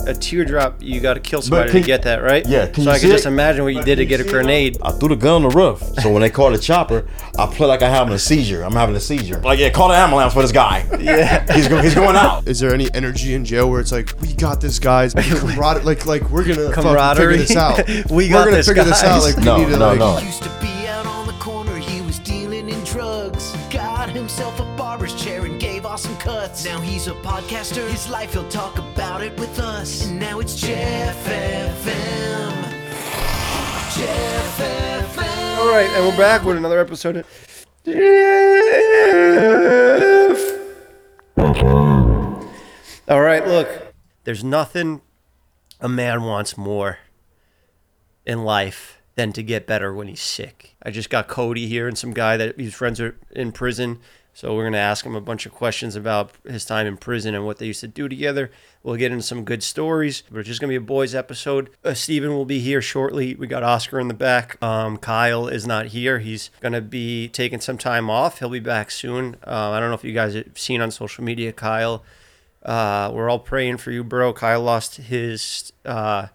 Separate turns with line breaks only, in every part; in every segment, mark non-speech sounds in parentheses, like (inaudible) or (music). a teardrop, you got to kill somebody
can
to
you-
get that, right?
Yeah,
so
can you
I can
see
just
it?
imagine what you did to get a grenade.
I threw the gun on the roof. So when they called the chopper, I play like I'm having a seizure. I'm having a seizure. Like, yeah, call the ambulance for this guy. (laughs) Yeah. he's, go- he's going out.
Is there any energy in jail where it's like we got this,
(laughs)
guys? Camarader- like like we're gonna fucking
Camaraderie?
figure
(laughs)
this out.
We
are
got
gonna
this,
figure this out.
guys.
Like we
No,
need to
no,
like
no.
Used to be out on the corner, he was dealing in drugs. Got himself a barber's chair and gave off some cuts. Now he's a podcaster, his life he'll talk about it with us. And now it's Jeff FM. Jeff FM.
All right, and we're back with another episode. Of Jeff.
Uh-huh.
All right, look, there's nothing a man wants more in life than to get better when he's sick. I just got Cody here and some guy that his friends are in prison. So we're gonna ask him a bunch of questions about his time in prison and what they used to do together. We'll get into some good stories. We're just gonna be a boys episode. Uh, Steven will be here shortly. We got Oscar in the back. Um, Kyle is not here. He's gonna be taking some time off. He'll be back soon. Uh, I don't know if you guys have seen on social media, Kyle. Uh, we're all praying for you, bro. Kyle lost his uh,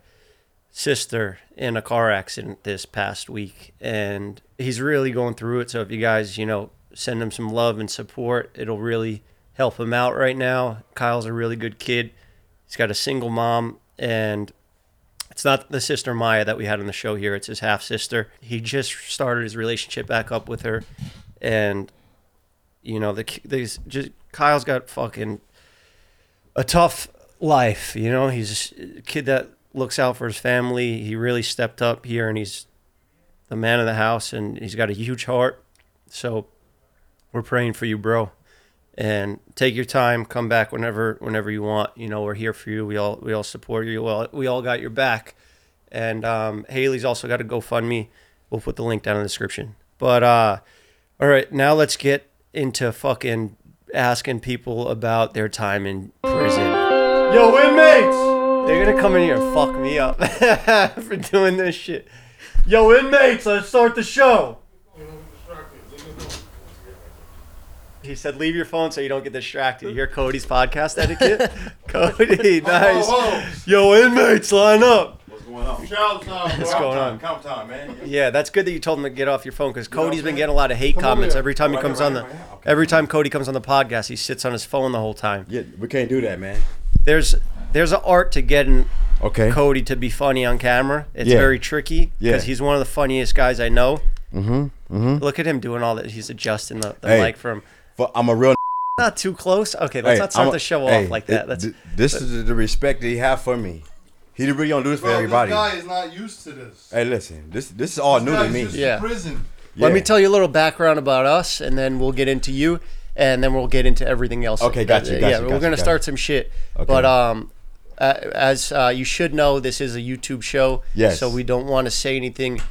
sister in a car accident this past week and he's really going through it so if you guys you know send him some love and support it'll really help him out right now kyle's a really good kid he's got a single mom and it's not the sister maya that we had on the show here it's his half sister he just started his relationship back up with her and you know the these just kyle's got fucking a tough life. You know, he's a kid that looks out for his family. He really stepped up here, and he's the man of the house, and he's got a huge heart. So we're praying for you, bro. And take your time. Come back whenever, whenever you want. You know, we're here for you. We all, we all support you. Well, we all got your back. And um, Haley's also got a GoFundMe. We'll put the link down in the description. But uh, all right, now let's get into fucking asking people about their time in prison. Yo, inmates! They're gonna come in here and fuck me up (laughs) for doing this shit. Yo, inmates,
uh,
let's start the show! He said, leave your phone so you don't get distracted. You hear Cody's podcast
(laughs)
etiquette? Cody, nice. Yo, inmates, line up.
What's going on? Shout out
What's going on?
Count time, man.
Yeah, that's good that you told him to get off your phone because Cody's been
okay.
getting a lot of hate comments
here.
every time he
Right,
comes
right,
on the.
right, yeah, okay.
Every time Cody comes on the podcast, he sits on his phone the whole time.
Yeah, we can't do that, man.
There's there's an art to getting
Okay.
Cody to be funny on camera. It's
Yeah.
very tricky
Yeah.
because he's one of the funniest guys I know. Mm-hmm. mm-hmm. Look at him doing all that. He's adjusting the, the
Hey.
mic from
But I'm a real.
not too close. Okay, let's
Hey,
not start
I'm a-
the show
hey,
off like
th-
that. That's
th- this is the respect that he have for me. He really don't do this for everybody.
This guy is not used to this.
Hey, listen, this this is all new to
Guys,
me.
this is
Yeah.
Prison.
let me
Yeah.
tell you a little background about us, and then we'll get into you, and then we'll get into everything else.
Okay, gotcha,
Yeah,
gotcha,
we're
gotcha,
gonna
gotcha.
start some shit,
Okay.
but um, uh, as uh, you should know, this is a YouTube show.
Yes.
So we don't want to say anything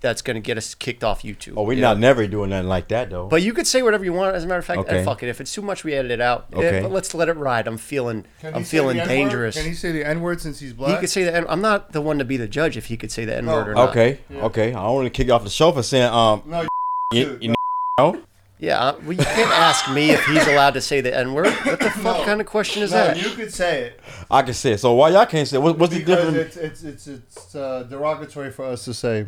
that's gonna get us kicked off YouTube.
Oh, we
Yeah.
not never doing nothing like that though.
But you could say whatever you want. As a matter of fact,
Okay.
eh, fuck it. If it's too much, we edit it out. Eh,
Okay.
but let's let it ride. I'm feeling.
Can
I'm
he say
feeling
the N-word?
dangerous.
Can he say the N word since he's
He
black?
could say the N. I'm not the one to be the judge if he could say the N word or not.
Oh. okay, okay. I don't want to kick you off the show for saying um.
No, you
you,
dude,
you know?
Yeah. uh, Well, you can't ask me if he's allowed to say the N word. What the fuck
No.
kind of question is
no,
that?
you could say it
I can say it. So why y'all can't say? it? What, what's the
because
difference?
it's it's it's, it's uh, derogatory for us to say.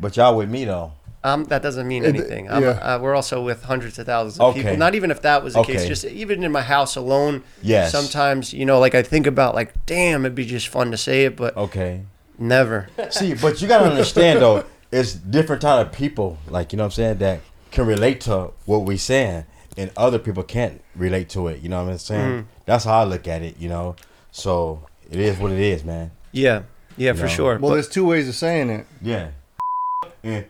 But y'all with me though.
Um, that doesn't mean
It-
anything. I'm,
yeah.
uh, we're also with hundreds of thousands of people.
Okay.
Not even if that was the case,
Okay.
just even in my house alone.
Yes.
Sometimes you know, like I think about, like, damn, it'd be just fun to say it, but
Okay.
never.
See, but you gotta understand though, it's different type of people, like you know what I'm saying, that can relate to what we saying, and other people can't relate to it. You know what I'm
Mm.
saying? That's how I look at it. You know, so it is what it is, man.
Yeah. Yeah, for
No.
sure.
Well,
but-
there's two ways of saying it. (laughs)
Yeah. Yeah.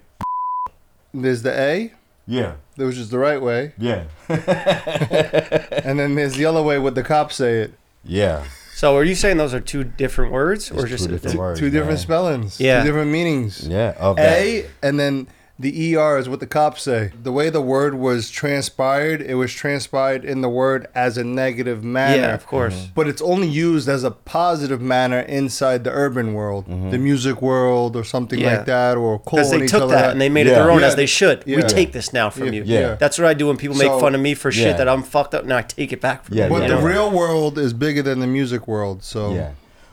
There's the A,
Yeah.
which is the right
(laughs)
way,
Yeah. (laughs)
and then there's the other way what the cops say it.
Yeah.
So are you saying those are two different words or
It's
just
two different words.
two different
man.
spellings.
Yeah.
Two different meanings.
Yeah. Of that.
A and then the ER is what the cops say. The way the word was transpired, it was transpired in the word as a negative manner.
Yeah, of course.
But it's only used as a positive manner inside the urban world, the music world, or something
Mm-hmm. Yeah.
like that, or
Because
calling
they
each
took
other
that and they made it
Yeah.
their own
Yeah.
as they should. We
Yeah.
take this now from
Yeah.
you.
Yeah.
That's what I do when people make
So-
fun of me for shit
Yeah.
that I'm fucked up. Now I take it back from
Yeah,
you.
But
yeah.
you
the
know?
real world is bigger than the music world. So
Yeah.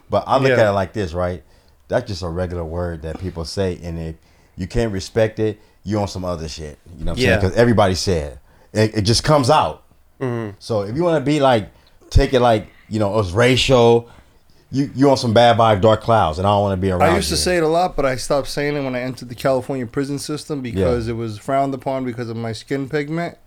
But I look
Yeah.
at it like this, right? That's just a regular word that people say, and if you can't respect it, you on some other shit. You know what I'm saying?
Yeah.
Because everybody said it, it just comes out. So if you want to be like, take it like you know, it's racial. You you on some bad vibe, dark clouds, and I don't want to be around.
Oh,
I used to
you.
say it a lot, but I stopped saying it when I entered the California prison system because it was frowned upon because of my skin pigment.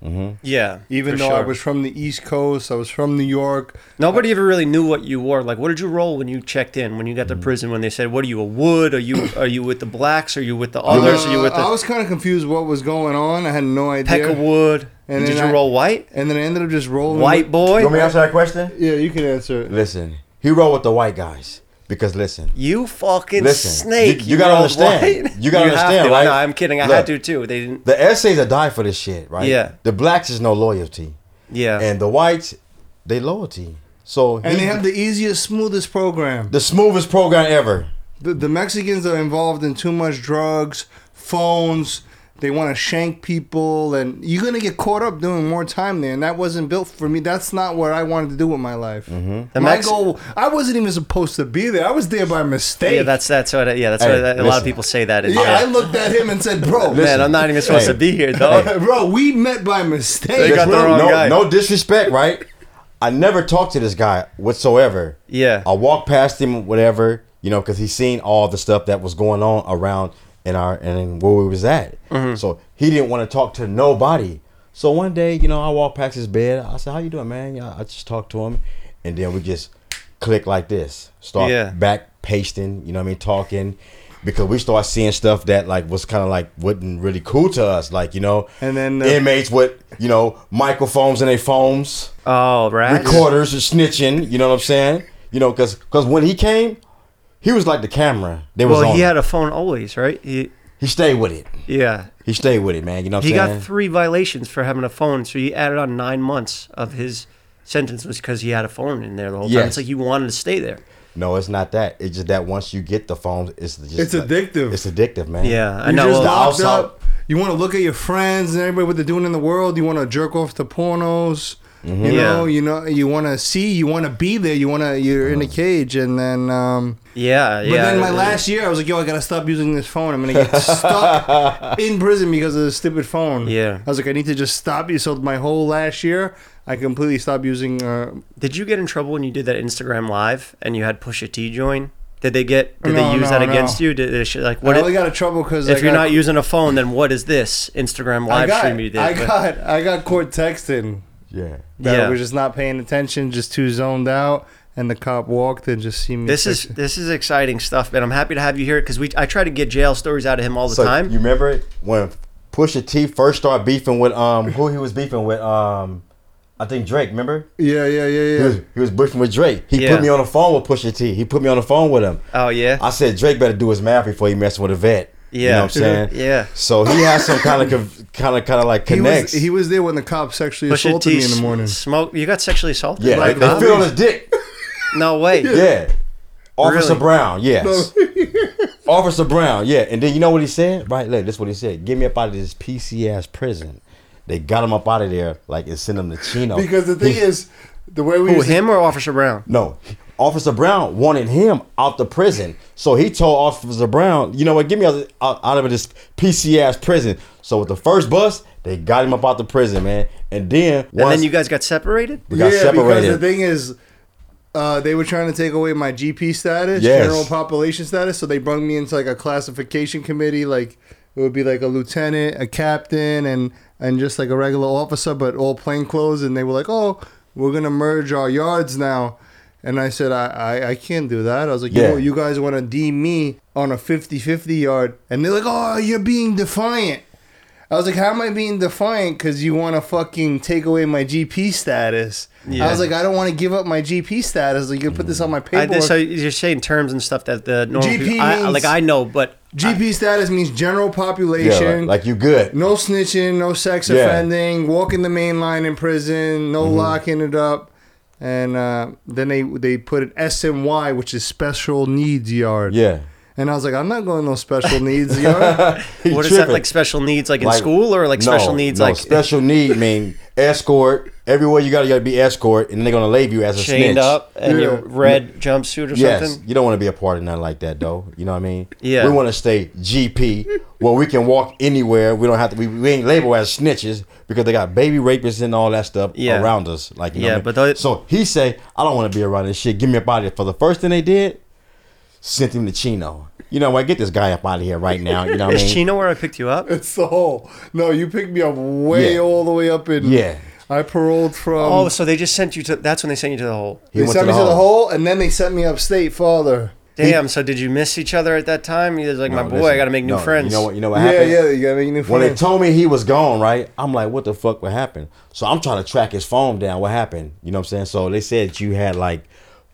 Yeah.
Even
Mm-hmm. for
though I
sure.
was from the East Coast, I was from New York.
Nobody ever really knew what you wore. Like, what did you roll when you checked in? When you got to
Mm-hmm.
prison? When they said, "What are you? A wood? Are
(coughs)
you? Are you with the blacks? Are you with the others? are you with
Uh, I
the
was kind of confused what was going on. I had no idea.
peck of wood?
And
did
then
you
I-
roll white?
And then I ended up just rolling.
White
with-
boy?
You want me to answer that question?
Yeah, you can answer it.
Listen, he rolled with the white guys because listen,
You fucking
Listen,
snake!
you- you gotta
rolled
understand.
white.
You gotta
have
understand,
to.
right?
No, I'm kidding. I had
Look.
to too. They didn't.
the essays are die for this shit, right?
Yeah.
The blacks is no loyalty,
Yeah.
and the whites, they loyalty. So
And
he-
they have the easiest, smoothest program.
the smoothest program ever.
The, the Mexicans are involved in too much drugs, phones. They want to shank people, and you're gonna get caught up doing more time there. And that wasn't built for me. That's not what I wanted to do with my life.
Mm-hmm. The
My
Mex-
goal, I wasn't even supposed to be there. I was there by mistake.
yeah, that's that's what. I- Yeah, that's
Hey,
what I- a lot
listen.
of people say that. in-
Yeah, I looked at him and said, "Bro,
man, I'm not even supposed
(laughs) Hey.
to be here though.
(laughs) bro, we met by
They
mistake."
got the
Listen,
wrong
no,
guy.
no disrespect, right? I never talked to this guy whatsoever.
Yeah.
I walked past him, whatever, you know, because he's seen all the stuff that was going on around in our and in where we was at.
Mm-hmm.
So he didn't want to talk to nobody. So one day, you know, I walked past his bed. I said, "How you doing, man?" Yeah, I just talked to him, and then we just click like this, start
Yeah.
back pasting. You know what I mean? Talking. Because we start seeing stuff that like was kind of like wasn't really cool to us, like you know.
And then, uh,
inmates with you know microphones in their phones,
Oh, right.
recorders, and snitching. You know what I'm saying? You know, cause 'cause when he came, he was like the camera. They was
Well,
on.
he
him.
had a phone always, right? He,
he stayed with it.
yeah.
He stayed with it, man. You know what
He
I'm
got
saying?
three violations for having a phone, so he added on nine months of his sentence was because he had a phone in there the whole time.
Yes.
It's like he wanted to stay there.
no, it's not that. It's just that once you get the phones, it's just
It's addictive.
It's addictive, man.
Yeah, I
You
know.
just
well,
locked
also-
up. You want to look at your friends and everybody what they're doing in the world. You want to jerk off to pornos. You
Mm-hmm. Yeah.
know, you know, you want to see, you want to be there, you want to, you're in a cage, and then, um,
yeah, yeah.
but then my last year, I was like, yo, I gotta stop using this phone. I'm gonna get
(laughs)
stuck in prison because of this stupid phone.
Yeah.
I was like, I need to just stop you. So my whole last year, I completely stopped using. Uh,
Did you get in trouble when you did that Instagram live and you had Pusha T join? Did they get? Did
No,
they use
no,
that
no.
against you? Did they, sh- like
I
what?
only
it-
got in trouble because
if you're not using a phone, then what is this Instagram
I
live
got,
stream you did?
I
But-
got, I got caught texting.
Yeah.
that
Yeah.
I was just not paying attention, just too zoned out, and the cop walked and just seen me.
This is
texting.
this is exciting stuff, and I'm happy to have you here because we I try to get jail stories out of him all the
So
time.
you remember it when Pusha T first started beefing with um who he was beefing with um I think Drake. Remember?
yeah, yeah, yeah,
He
yeah.
was, he was beefing with Drake. He
Yeah.
put me on the phone with Pusha T. He put me on the phone with him.
oh yeah,
I said Drake better do his math before he mess with a vet. You
Yeah.
know what I'm saying?
(laughs) Yeah.
So he has some kind of kind of kind of like
He was,
connects.
he was there when the cop sexually
Pusha
assaulted
T
me in the morning.
smoke. You got sexually assaulted?
yeah,
by
they,
a
they
cop?
feel his dick.
No way. (laughs)
Yeah. Officer
Really?
Brown, yes. (laughs) Officer Brown, yeah. And then you know what he said? Right, look, this is what he said. Get me up out of this PC ass prison. They got him up out of there, like and sent him to Chino.
Because the thing
He-
is, the way we
Who
used to-
him or Officer Brown?
No, Officer Brown wanted him out the prison, so he told Officer Brown, "You know what? Get me out, out, out of this PC ass prison." So with the first bus, they got him up out the prison, man. And then
And
once
then you guys got separated.
we got
because the
separated,
thing is, uh, they were trying to take away my GP status,
Yes.
general population status, so they brought me into like a classification committee. Like it would be like a lieutenant, a captain, and and just like a regular officer, but all plainclothes. And they were like, "Oh, we're gonna merge our yards now." And I said, I, I, I can't do that. I was like,
Yeah.
you, you guys want to deem me on a 50 50 yard. And they're like, oh, you're being defiant. I was like, how am I being defiant? Because you want to fucking take away my GP status. I was like, I don't want to give up my GP status. Like, you put this on my
I,
paperwork.
so you're saying terms and stuff that the normal
GP
people- I,
means-
like I know,
(laughs)
but
GP status means general
yeah,
population.
like, like you good.
no snitching, no sex
Yeah. Mm-hmm.
offending, walking the main line in prison, no locking it up. And uh, then they they put an SNY, which is special needs yard.
Yeah,
And I was like, I'm not going no special needs yard.
(laughs) He
what is that
tripping.
like special needs like in
Like,
school or like
no,
special needs
no,
like (laughs)
special need mean escort, everywhere you got, you got to be escort, and they're gonna label you as a
chained
snitch.
up and
Yeah.
your red jumpsuit or
Yes,
something.
you don't want to be a part of nothing like that, though. You know what I mean?
Yeah.
We want to stay GP, where we can walk anywhere. We don't have to. We, we ain't labeled as snitches because they got baby rapists and all that stuff
Yeah.
around us. Like, you know
Yeah,
what I mean?
but those-
so he say, I don't want to be around this shit. Give me up out of here. For the first thing they did, sent him to Chino. You know what? Get this guy up out of here right now. You
(laughs)
know what I
Is
mean?
Chino where I picked you
(laughs)
up?
It's the whole. No, you picked me up way
Yeah.
all the way up in.
Yeah.
I paroled from.
Oh, so they just sent you to. That's when they sent you to the hole.
He
they
went
sent me to the
hole.
hole, and then they sent me upstate farther.
Damn. So did you miss each other at that time? He was like, my
No,
boy,
listen,
I got to make new
no,
friends.
You know what? You know what
Yeah,
happened?
yeah, you gotta make new friends.
When they told me he was gone, right? I'm like, what the fuck would happen? So I'm trying to track his phone down. What happened? You know what I'm saying? So they said you had like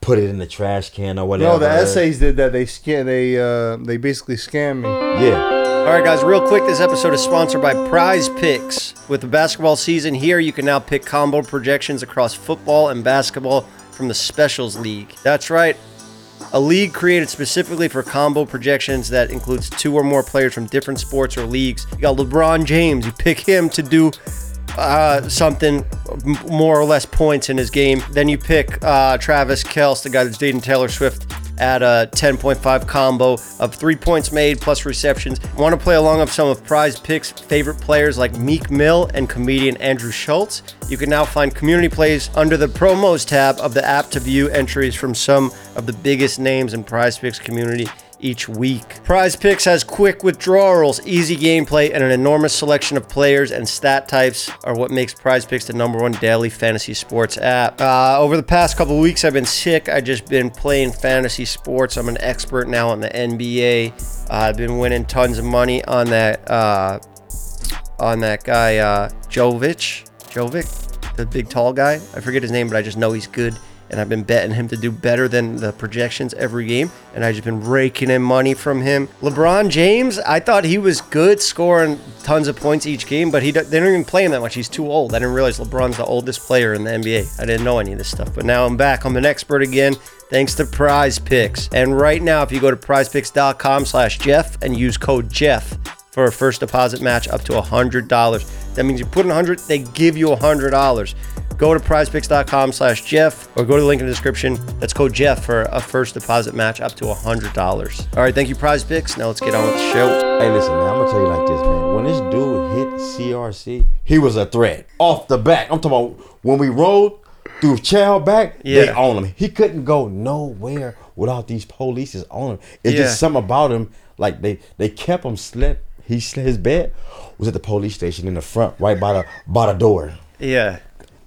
put it in the trash can or whatever.
no, the essays did that. They scan. They uh, they basically scammed me.
Yeah.
All right, guys, real quick, this episode is sponsored by Prize Picks. With the basketball season here, you can now pick combo projections across football and basketball from the Specials League. That's right, a league created specifically for combo projections that includes two or more players from different sports or leagues. You got LeBron James, you pick him to do uh, something m- more or less points in his game. Then you pick uh, Travis Kelce, the guy that's dating Taylor Swift, at a 10.5 combo of three points made plus receptions. Want to play along with some of Prize Picks' favorite players like Meek Mill and comedian Andrew Schultz? You can now find community plays under the promos tab of the app to view entries from some of the biggest names in Prize Picks community each week. Prize Picks has quick withdrawals, easy gameplay, and an enormous selection of players and stat types are what makes Prize Picks the number one daily fantasy sports app. Uh, over the past couple of weeks, I've been sick. I've just been playing fantasy sports. I'm an expert now on the NBA. Uh, I've been winning tons of money on that uh, on that guy uh, Jovic, Jovic, the big tall guy. I forget his name, but I just know he's good, and I've been betting him to do better than the projections every game, and I've just been raking in money from him. LeBron James, I thought he was good, scoring tons of points each game, but he do- they don't even play him that much. He's too old. I didn't realize LeBron's the oldest player in the NBA. I didn't know any of this stuff, but now I'm back. I'm an expert again thanks to Prize Picks. And right now, if you go to PrizePicks.com/jeff and use code Jeff for a first deposit match up to $100. That means you put in 100, they give you $100. Go to prizepicks.com slash Jeff or go to the link in the description. That's code Jeff for a first deposit match up to $100. All right, thank you, Prize Picks. Now let's get on with the show.
Hey, listen, man. I'm gonna tell you like this, man. When this dude hit CRC, he was a threat off the back. I'm talking about when we rolled through Chow back. They
Yeah.
on him. He couldn't go nowhere without these polices on him. It's
Yeah.
just something about him. Like they they kept him slept. He slept his bed was at the police station in the front, right by the by the door.
Yeah.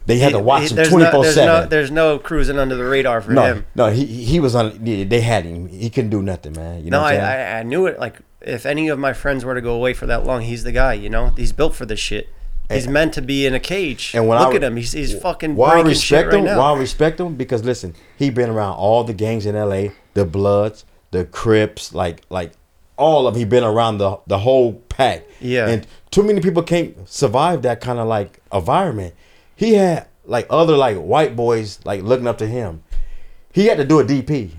They had to watch him
There's
twenty
no-
four
there's no,
seven.
there's no cruising under the radar for
No,
him.
no, he he was on. yeah, They had him. He couldn't do nothing, man. You know
No,
what
I,
I'm saying?
I, I knew it. Like, if any of my friends were to go away for that long, he's the guy, you know? He's built for this shit. He's meant to be in a cage.
and when
Look
I-
at him. He's, he's fucking
why I
breaking shit
respect
right
him?
now.
Why I respect him? Because listen, he been around all the gangs in L.A. The Bloods, the Crips, like like all of. He been around the the whole pack.
Yeah.
and too many people can't survive that kind of like environment. He had like other like white boys like looking up to him. He had to do a DP.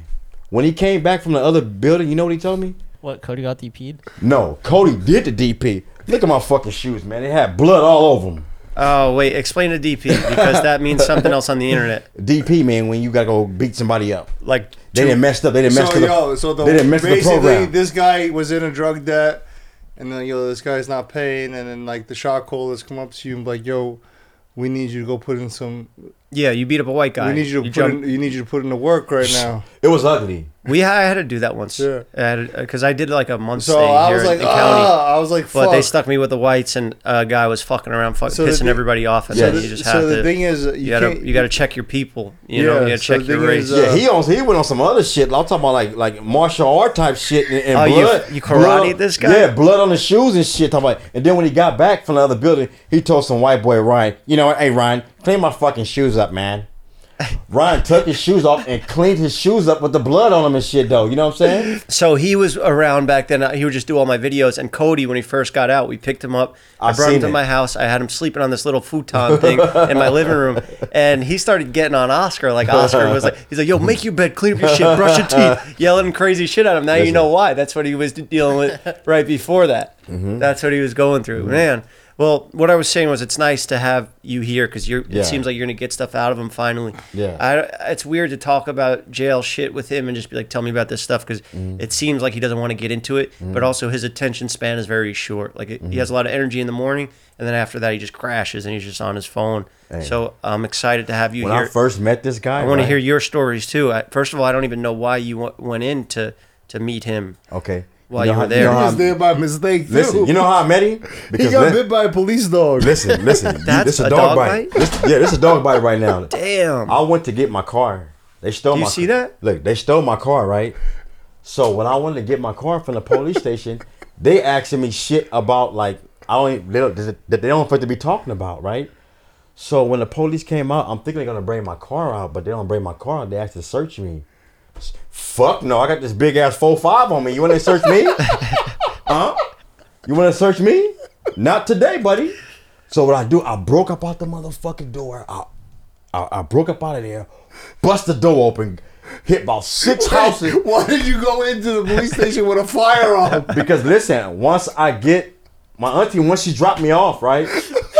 When he came back from the other building, you know what he told me?
What Cody got DP'd?
No, Cody did the DP. Look at my fucking shoes, man. They had blood all over them.
Oh wait, explain a DP because that means something else on the internet.
DP, man, when you gotta go beat somebody up.
Like
They
two-
didn't mess up. They didn't mess
So
up.
yo, so the,
they didn't mess up the
basically
program.
this guy was in a drug debt, and then yo, this guy's not paying, and then like the shot callers come up to you and be like, yo, we need you to go put in some,
yeah, you beat up a white guy.
we need you to put
jump-
in, you need you to put in the work right now.
it was ugly.
we had, I had to do that once
Yeah.
because I did like a month
So
stay
I
here
was like,
in the county.
ah, I was like,
But
fuck.
they stuck me with the whites, and a guy was fucking around, fucking
So the
pissing
thing-
everybody off, and
so
then
the,
you just have
so the
to.
thing is, you,
you, gotta
can't-
you gotta check your people. You know,
Yeah,
you gotta
so
check
the
your
thing
race.
is, uh,
yeah, he on he went on some other shit. I'm talking about like like martial art type shit and, and
Oh, you-
blood.
you
blood-
karate this guy?
Yeah, blood on the shoes and shit. Talking about, and then when he got back from the other building, he told some white boy Ryan, you know, what? hey Ryan, clean my fucking shoes
(laughs)
up, man. Ryan took his shoes off and cleaned his shoes up with the blood on them and shit though. You know what I'm saying?
so he was around back then. He would just do all my videos. And Cody, when he first got out, we picked him up. I,
I've
brought him
seen
to
it.
my house. I had him sleeping on this little futon
(laughs)
thing in my living room, and he started getting on Oscar. Like Oscar was like, he's like, "Yo, make your bed, clean up your shit, brush your
(laughs)
teeth," yelling crazy shit at him. Now you
Mm-hmm.
know why. That's what he was dealing with right before that. That's what he was going through, man. Well, what I was saying was it's nice to have you here because you're.
Yeah.
It seems like you're gonna get stuff out of him finally.
Yeah.
I, it's weird to talk about jail shit with him and just be like, "Tell me about this stuff," because
Mm.
it seems like he doesn't want to get into it. But also, his attention span is very short. Like
Mm-hmm.
it, he has a lot of energy in the morning, and then after that, he just crashes and he's just on his phone. So I'm excited to have you
When
here.
I first met this guy,
I want
right?
to hear your stories too. I, first of all, I don't even know why you wa- went in to to meet him.
Okay.
While
know
you were
how-
there.
know
He
how
was
I-
there by mistake. Too.
listen, you know how I
(laughs)
met him?
he
Because
got
li-
bit by a police dog.
listen, listen. you-
That's
this
a
a dog,
dog
bite.
bite?
This- yeah, this is a dog bite right
(laughs)
now.
Damn.
I went to get my car. They stole
Do you
my
see that?
Look, they stole my car, right? So when I wanted to get my car from the police station, they asking me shit about like I don't even- they don't that they don't fit to be talking about, right? So when the police came out, I'm thinking they're gonna bring my car out, but they don't bring my car out. They asked to search me. Fuck no, I got this big ass four five on me. You wanna search
(laughs)
me? huh? You wanna search me? Not today, buddy. So what I do, I broke up out the motherfucking door. I, I, I broke up out of there, bust the door open, hit about six houses.
(laughs)
(laughs)
Why did you go into the police station with a firearm?
Because listen, once I get my auntie, once she dropped me off, right?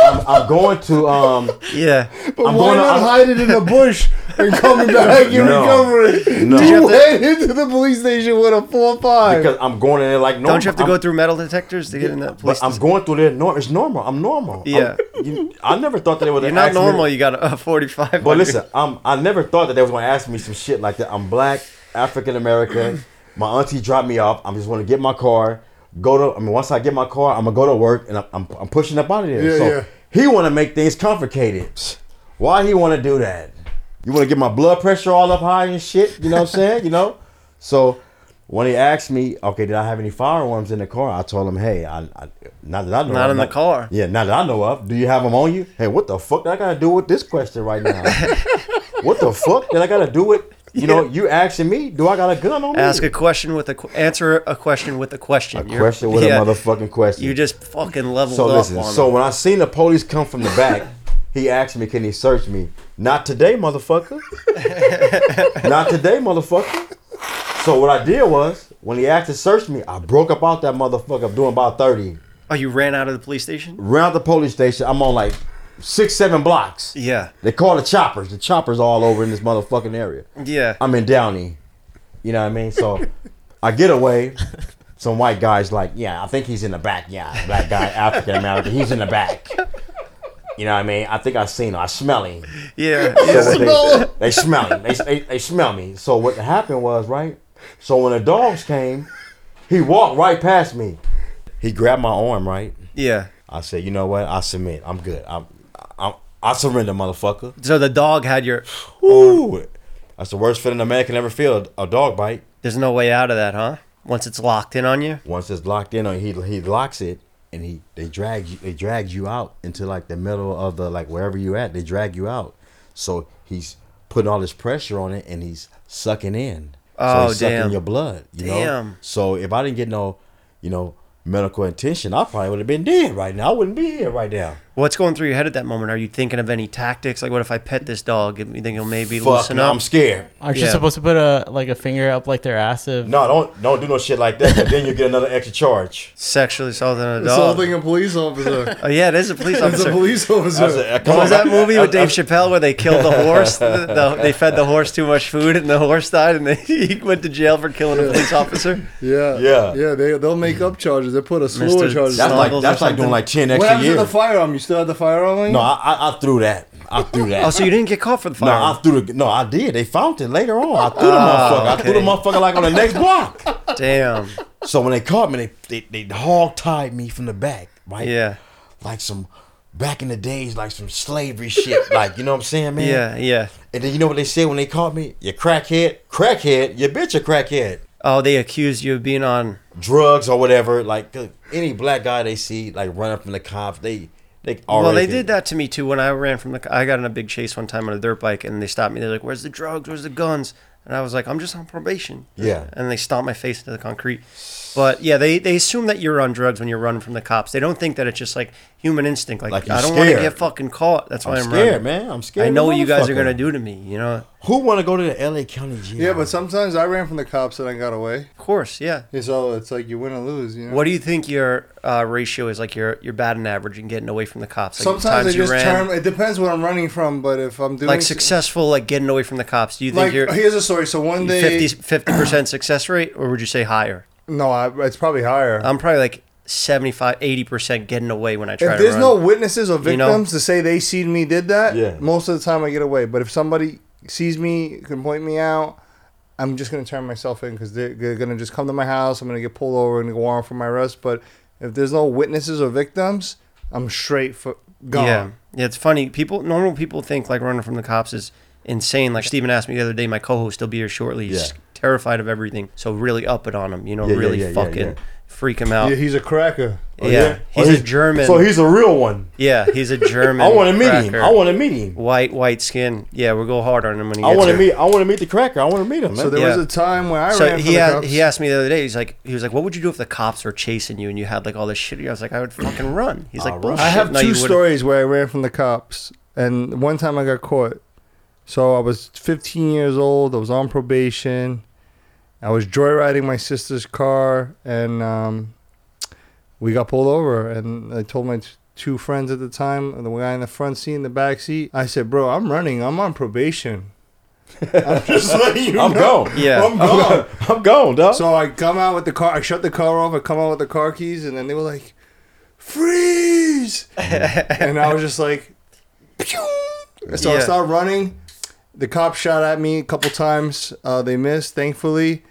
I'm, I'm going to um.
Yeah.
But
I'm
why
going to-
not
I'm-
hide it in a bush and coming back
(laughs)
and
No.
recover it?
No.
You went into the police station with a four five.
Because I'm going in there like normal.
Don't you have to
I'm,
go through metal detectors to get in that
But
place?
I'm going through there. Nor- it's normal. I'm normal.
Yeah.
I'm- you- I never thought that they would.
You're not
ask me-
normal. You got a, a 45.
But listen, um, I never thought that they was gonna ask me some shit like that. I'm black, African
(clears throat)
American. My auntie dropped me off. I'm just gonna get my car, go to. I mean, once I get my car, I'm gonna go to work, and I'm, I'm, I'm pushing up out of there.
Yeah,
so
yeah.
he want to make things complicated. Why he want to do that? You want to get my blood pressure all up high and shit. You know what I'm saying? You
(laughs)
know. So when he asked me, okay, did I have any firearms in the car? I told him, hey, I, I not that I know
Not
of,
in the car.
yeah, now that I know of, do you have them on you? Hey, what the fuck did I gotta do with this question right
(laughs)
now? what the fuck did I gotta do with? You know, you asking me, do I got a gun on me?
Ask a question with a qu- answer a question with a question.
a question with
yeah,
a motherfucking question.
You just fucking leveled
so
up
listen.
on
So
them.
when I seen the police come from the back, he asked me, "Can he search me?" Not today,
(laughs)
motherfucker. Not today, motherfucker. So what I did was, when he asked to search me, I broke up out that motherfucker. I'm doing about thirty.
Oh, you ran out of the police station?
Round the police station. I'm on like six, seven blocks.
Yeah.
They call the choppers. The choppers all over in this motherfucking area.
Yeah.
I'm in Downey. You know what I mean? So I get away. Some white guy's like, yeah, I think he's in the back. Yeah, black guy, African American. He's in the back. You know what I mean? I think I seen him. I smell him.
yeah.
So
yeah.
what they, they smell him. They, they, they smell me. So what happened was, right? So when the dogs came, he walked right past me. He grabbed my arm, right?
Yeah.
I said, you know what? I submit. I'm good. I'm, I'm, I surrender, motherfucker.
So the dog had your.
Ooh. That's the worst feeling a man can ever feel a dog bite.
There's no way out of that, huh? Once it's locked in on you?
Once it's locked in, or he he locks it, and he they drag you they drag you out into like the middle of the like wherever you at. They drag you out. So he's putting all this pressure on it, and he's sucking in.
Oh,
so he's sucking
damn.
your blood. You know.
Damn.
So if I didn't get no, you know, medical attention, I probably would have been dead right now. I wouldn't be here right now.
What's going through your head at that moment? Are you thinking of any tactics? Like, what if I pet this dog? You think he'll maybe
Fuck,
loosen
no,
up?
I'm scared.
Aren't you
Yeah.
supposed to put a like a finger up like their ass? If,
No, don't don't do no shit like that. 'cause then you get another extra charge.
Sexually assaulting a dog.
Assaulting a
(laughs)
police officer.
oh, yeah, it is a police
It's
officer.
a police officer.
That's a- come
What was that
on,
movie with Dave
that's-
Chappelle where they killed the (laughs) horse? The- the- they fed the horse too much food and the horse died and they, (laughs) he went to jail for killing a police officer?
yeah,
Yeah.
yeah. They they'll make up charges. They put a slew
Mr.
of charges.
That's
Snuggles
on.
like
or
that's like
something.
doing like ten
what
extra
happened to the
years.
firearm? You still had the firearm? On you?
No, I, I I threw that. I threw that.
Oh, so you didn't get caught for the
no,
fire?
I threw the no. I did. They found it later on. I threw the motherfucker. I threw the
Ah, okay.
motherfucker like on the next block.
Damn.
So when they caught me, they they, they hog tied me from the back, right?
Yeah.
Like some back in the days, like some slavery shit. Like you know what I'm saying, man?
Yeah, yeah.
And then you know what they said when they caught me? You crackhead, crackhead. You bitch, a crackhead.
Oh, they accused you of being on.
drugs or whatever. Like uh, any black guy they see, like running from the cops, they they already.
well, they
think-
did that to me too when I ran from the. I got in a big chase one time on a dirt bike and they stopped me. They're like, "Where's the drugs? Where's the guns?" And I was like, "I'm just on probation."
Yeah.
And they stomped my face into the concrete. But yeah, they they assume that you're on drugs when you're running from the cops. They don't think that it's just like human instinct. Like,
Like, you're
I don't want to
scared.
get fucking caught. That's why
I'm
I'm,
scared,
running.
man. I'm scared.
I know what you guys are
motherfucker.
gonna do to me. You know,
Who want to go to the L.A. County Jail?
Yeah, but sometimes I ran from the cops and I got away.
of course, yeah.
And So it's like you win or lose. You know.
What do you think your uh, ratio is? Like your your batting average and getting away from the cops. Like the
Sometimes I
times you
just
ran,
turn. It depends what I'm running from, but if I'm doing
like successful, like getting away from the cops. Do you think
Like
you're
here's a story. So one day,
50 percent success rate, or would you say higher?
no, I, it's probably higher.
I'm probably like 75, 80 percent getting away when I try
if
to
there's
run.
no witnesses or victims
know?
to say they seen me did that,
Yeah.
most of the time I get away. But if somebody sees me, can point me out, I'm just gonna turn myself in because they're, they're gonna just come to my house. I'm gonna get pulled over and get warrant for my arrest. But if there's no witnesses or victims, I'm straight for gone.
Yeah. yeah, it's funny. People, normal people think like running from the cops is insane. Like Steven asked me the other day, my co-host, he'll be here shortly. He's
Yeah.
terrified of everything, so really up it on him. You know,
Yeah, yeah,
really
yeah, yeah,
fucking
yeah.
freak him out.
Yeah,
Yeah,
he's a cracker.
he's
Oh,
a German.
So he's a real one.
yeah, he's a
(laughs)
German.
I want to meet him.
cracker.
I want to meet him.
white white skin. Yeah, we'll go hard on him when he
I
gets
want to
here.
meet. I want to meet the cracker. I want to meet him.
So
Man.
there
Yeah.
was a time when I
So
ran from
he
the
a-
cops.
he asked me the other day. He's like he was like, "What would you do if the cops were chasing you and you had like all this shit?" I was like, "I would fucking run." He's like,
I'll run.
"Bullshit."
Ah, I have
No, you
two
wouldn't."
stories where I ran from the cops, and one time I got caught. So I was 15 years old. I was on probation. I was joyriding my sister's car, and um, we got pulled over. And I told my t- two friends at the time, and the guy in the front seat and the back seat, I said, "Bro, I'm running. I'm on
(laughs)
probation."
just letting you I'm gone.
Yeah.
I'm gone. I'm gone, dog.
So I come out with the car. I shut the car off. I come out with the car keys, and then they were like,
(laughs)
"Freeze!" and I was just like, "Pew!" So I
Yeah.
started running. The cop shot at me a couple times. Uh, they missed, thankfully.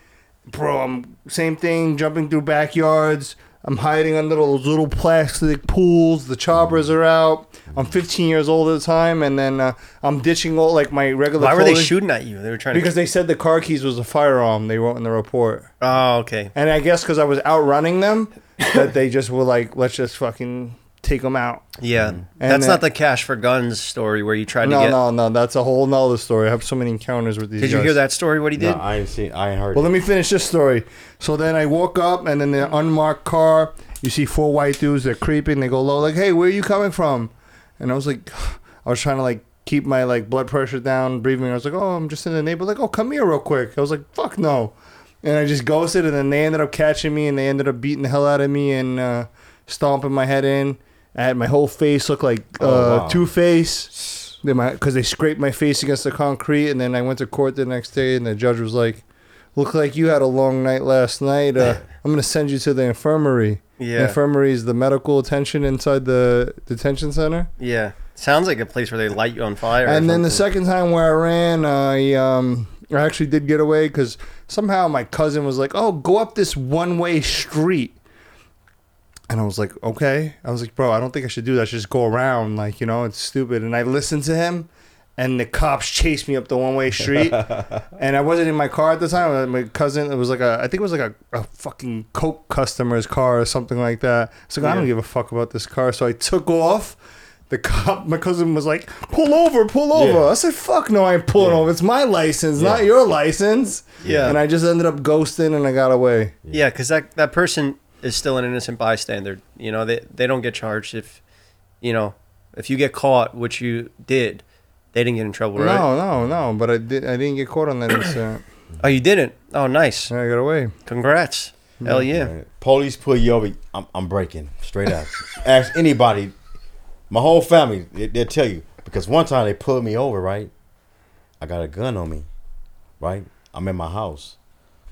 Bro, I'm same thing. Jumping through backyards. I'm hiding under those little plastic pools. The choppers are out. I'm 15 years old at the time, and then uh, I'm ditching all like my regular.
Why were they
clothing.
shooting at you? They were trying
Because
to.
they said the car keys was a firearm. They wrote in the report.
Oh, okay.
And I guess because I was outrunning them, that they just were like, let's just fucking take them out.
Yeah, that's
then-
not the cash for guns story where you tried
Mm. No,
to get.
no, no. That's a whole nother story. I have so many encounters with these
Did you
guys.
hear that story? What he
no,
did?
I ain't seen. I ain't heard.
Well,
it.
let me finish this story. So then I woke up, and in the unmarked car, you see four white dudes. They're creeping. They go low, like, "Hey, where are you coming from?" And I was like, (sighs) I was trying to like keep my like blood pressure down, breathing. I was like, "Oh, I'm just in the neighborhood." Like, "Oh, come here real quick." I was like, "Fuck no," and I just ghosted. And then they ended up catching me, and they ended up beating the hell out of me and uh, stomping my head in. I had my whole face look like uh,
Oh, wow.
Two Face. Because they scraped my face against the concrete, and then I went to court the next day, and the judge was like, look like you had a long night last night. Uh, I'm gonna send you to the infirmary. The
Yeah,
infirmary is the medical attention inside the detention center.
yeah. Sounds like a place where they light you on fire. or
and then the
something.
second time where I ran, I um, I actually did get away because somehow my cousin was like, "Oh, go up this one-way street," and I was like, "Okay." I was like, "Bro, I don't think I should do that. I should just go around. Like, you know, it's stupid." And I listened to him, and the cops chased me up the
(laughs)
one-way street, and I wasn't in my car at the time. Uh, My cousin, it was like a, I think it was like a, a fucking Coke customer's car or something like that. So I don't give a fuck about this car. So I took off. The cop, (laughs) my cousin was like, pull over, pull over.
Yeah.
I said, fuck no, I ain't pulling
Yeah.
over. It's my license, not
Yeah.
your license.
Yeah.
And I just ended up ghosting and I got away.
Yeah, because that that person is still an innocent bystander. You know, they they don't get charged if, you know, if you get caught, which you did, they didn't get in trouble, right?
No, no, no. But I, did, I didn't get caught on that incident.
Oh, you didn't. Oh, nice.
And I got away.
Congrats.
Mm-hmm.
Hell yeah.
Right. Police pull you over. I'm, I'm breaking straight up. (laughs) Ask anybody. My whole family. They, they'll tell you because one time they pulled me over. Right. I got a gun on me. Right. I'm in my house.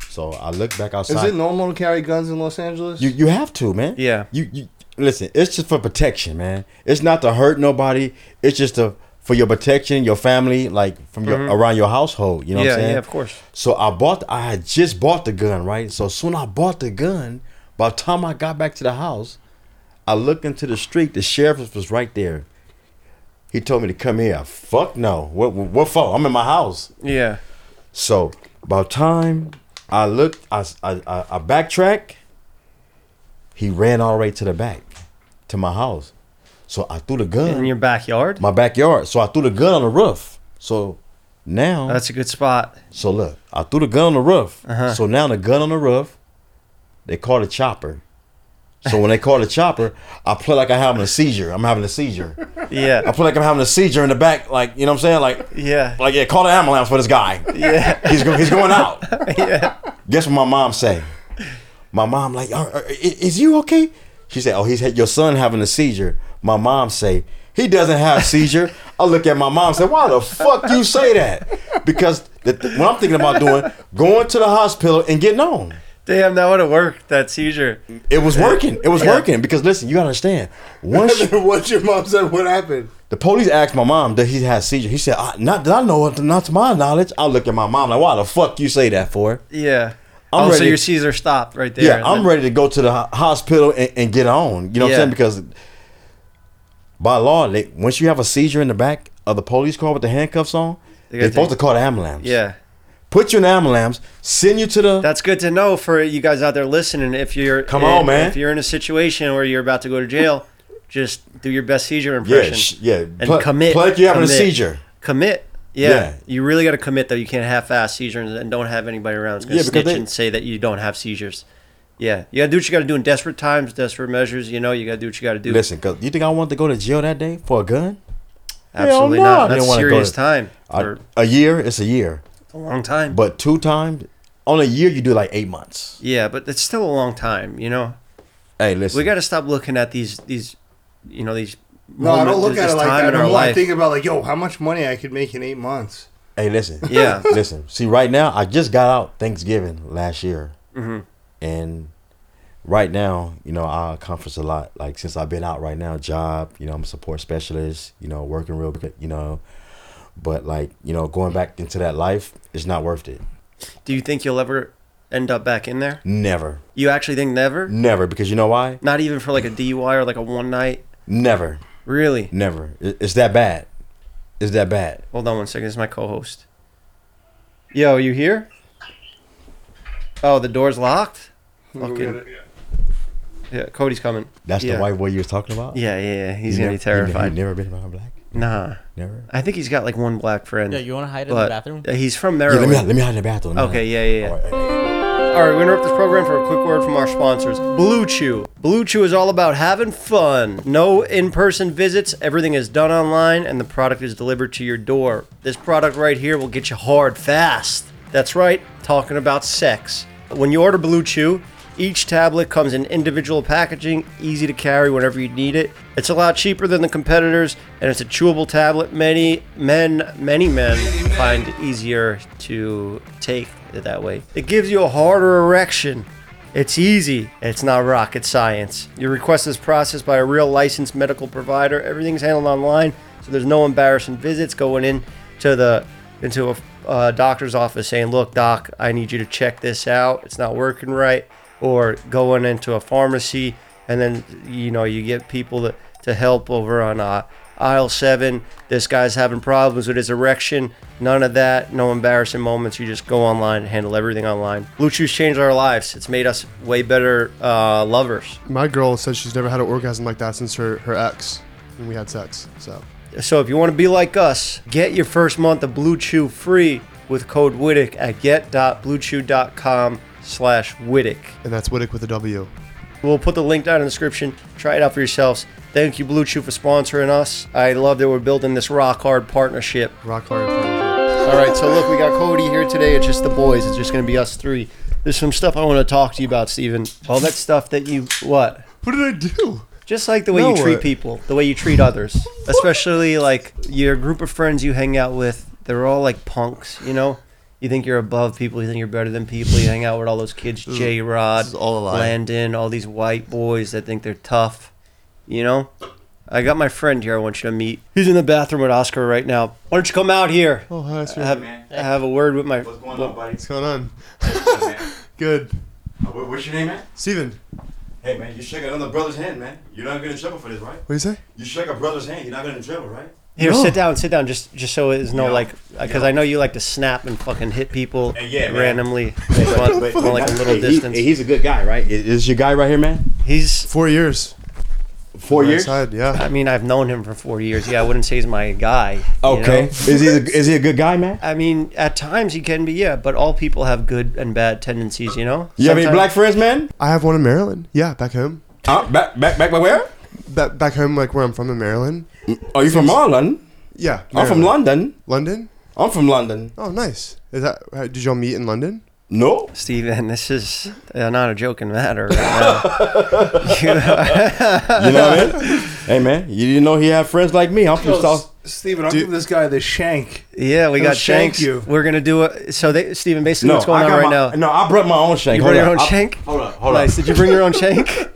So I look back
Is
outside.
it normal to carry guns in Los Angeles?
You you have to, man.
Yeah.
You you listen. It's just for protection, man. It's not to hurt nobody. It's just to for your protection, your family, like from your around your household. You know what
Mm-hmm. Yeah,
I'm saying?
yeah, of course.
So I bought. I had just bought the gun, right? So soon I bought the gun. By the time I got back to the house, I looked into the street. The sheriff was right there. He told me to come here. Fuck no. What what for? I'm in my house.
Yeah.
So about time I looked, I, I, I, I backtrack. He ran all the way to the back, to my house. So I threw the
In
gun
your backyard.
my backyard. So I threw the gun on the roof. So now,
That's a good spot.
so look, I threw the gun on the roof. So now the gun on the roof, they called a chopper. So when they call the chopper, I play like I'm having a seizure. I'm having a seizure. I
Yeah.
play like I'm having a seizure in the back. Like you know what I'm saying? Like
Yeah.
like yeah, call the ambulance for this guy.
Yeah.
He's going. He's going out.
(laughs) Yeah.
Guess what my mom say? My mom like, "Are- are- i- is you okay? She said, oh, he's had your son having a seizure. My mom say, he doesn't have seizure. I look at my mom and say, why the fuck you say that? Because the, what I'm thinking about doing, going to the hospital and getting on.
Damn, that would have worked. That seizure.
It was working. It was
Yeah.
working because listen, you gotta understand.
(laughs)
Once you-
What's your mom said? What happened?
the police asked my mom that he had seizure, he said, I, "Not that I know, of, not to my knowledge." I look at my mom like, "Why the fuck you say that for?"
Yeah.
I'm
oh, so
ready.
your seizure stopped right there.
Yeah, I'm ready to go to the ho- hospital and, and get on. You know
Yeah.
what I'm saying? Because by law, they, once you have a seizure in the back of the police car with the handcuffs on,
They
they
gotta
are supposed to
take-
call the ambulance.
Yeah.
Put you in the ambulance, send you to the.
That's good to know for you guys out there listening. If you're
Come on, man.
If you're in a situation where you're about to go to jail, just do your best seizure
yeah,
impression.
sh- yeah.
And
Pla-
commit.
Play like you're having
commit.
a seizure.
Commit. Yeah.
Yeah.
You really got to commit though. You can't half-ass seizures and don't have anybody around that's gonna
Yeah, because
snitch
they-
and say that you don't have seizures. Yeah. You gotta do what you gotta do in desperate times, desperate measures. You know, you gotta do what you gotta do.
Listen, cause you think I wanted to go to jail that day for a gun?
Absolutely
Hell no.
not.
I didn't
That's
wanna go
serious
to-
time
I-
for
a year, it's a year,
a long time.
but two times on a year you do like eight months.
yeah, but it's still a long time. You know.
Hey, listen,
We got to stop looking at these these you know these
No, I don't
moment-
look at
this
it like
time
that.
in our
I'm like
life.
thinking about like, yo, how much money I could make in eight months.
Hey, listen.
(laughs) Yeah.
listen. See, right now, I just got out Thanksgiving last year,
Mm-hmm.
and right now, you know, I conference a lot. Like since I've been out right now, job. You know, I'm a support specialist. You know, working real. good, You know, but like you know, going back into that life is not worth it.
Do you think you'll ever end up back in there?
Never,
You actually think never?
never. Because you know why?
Not even for like a DUI or like a one night?
Never,
Really?
never. It- It's that bad. It's that bad.
Hold on one second. This is my co-host. Yo, you here? Oh, the door's locked. Fucking. Yeah, Cody's coming.
That's
Yeah.
the white boy you was talking about.
Yeah, yeah, yeah. He's
You
gonna
never- you
be
ne-
terrified.
You never been around black.
Nah,
Never.
I think he's got like one black friend.
Yeah, you want to hide in
but
the bathroom?
Yeah, he's from there.
Yeah, let me out, let me out in the bathroom.
Okay, yeah, yeah, yeah.
All right, hey, hey.
All right, we're gonna interrupt this program for a quick word from our sponsors. Blue Chew. Blue Chew is all about having fun. No in-person visits. Everything is done online, and the product is delivered to your door. This product right here will get you hard fast. That's right. Talking about sex. When you order Blue Chew, each tablet comes in individual packaging, easy to carry whenever you need it. It's a lot cheaper than the competitors, and it's a chewable tablet. Many men, many men find it easier to take it that way. It gives you a harder erection. It's easy. It's not rocket science. Your request is processed by a real licensed medical provider. Everything's handled online, so there's no embarrassing visits going in to the into a uh, doctor's office saying, "Look, doc, I need you to check this out. It's not working right," or going into a pharmacy and then you know you get people to, to help over on uh, aisle seven. This guy's having problems with his erection. None of that. No embarrassing moments. You just go online and handle everything online. Blue Chew's changed our lives. It's made us way better uh, lovers.
My girl says she's never had an orgasm like that since her, her ex when we had sex. So
So if you want to be like us, get your first month of Blue Chew free with code WIDDICK at get.bluechew.com slash WIDDICK.
and that's Wittick with a W.
We'll put the link down in the description. Try it out for yourselves. Thank you, Blue Chew, for sponsoring us. I love that we're building this rock hard partnership.
Rock hard. partnership.
All right, so look, we got Cody here today. It's just the boys. It's just going to be us three. There's some stuff I want to talk to you about, Steven. All that stuff that you, what?
What did I do?
Just like the way
No,
you treat
uh,
people, the way you treat others, especially like your group of friends you hang out with, they're all like punks, you know? You think you're above people, you think you're better than people, you hang out with all those kids, J Rod,
this is all a lie.
Landon, all these white boys that think they're tough, you know? I got my friend here I want you to meet. He's in the bathroom with Oscar right now. Why don't you come out here?
Oh, hi, sir.
have, have a word with my.
buddy?
What's going on? Good.
Uh, What's your name, man?
Steven,
Hey, man, you shake another brother's hand, man. You're not gonna trouble for this, right?
what do you say?
You shake a brother's hand, you're not gonna trouble, right?
Here,
No.
sit down, sit down, just just so it's no
Yeah.
like, because I know you like to snap and fucking hit people
Hey, Uh, yeah, man. (laughs)
randomly, but, but like a little distance.
he's a good guy, right? Is, is your guy right here, man?
he's,
Four years.
Four
Right
years.
Side, yeah.
I mean, I've known him for four years. Yeah, I wouldn't say he's my guy. you
Okay.
know?
is he a, is he a good guy, man?
I mean, at times he can be, yeah, but all people have good and bad tendencies, you know.
You have any
Sometimes-
black friends, man?
I have one in Maryland. Yeah, back home.
Uh, back, back, back, by where?
Back, back home, like where I'm from in Maryland.
Are you from our London?
Yeah,
I'm from
Maryland.
London.
London.
I'm from London.
Oh, nice. Is that uh, did y'all meet in London?
No.
Steven, this is uh, not a joking matter right
(laughs)
now. (laughs) you
You know what I
(laughs)
mean? hey, man, you didn't know he had friends like me. I'm from South.
Steven, I'll give this guy the shank.
yeah, we
He'll
got
shank
Shanks.
you.
We're gonna do it. So, they, Steven, basically,
No,
what's going
I
on
got
right
my-
now?
No, I brought my own shank.
you
Hold
brought your
on.
own
I-
shank.
Hold on, hold
nice.
on.
Did you bring your own shank?
(laughs)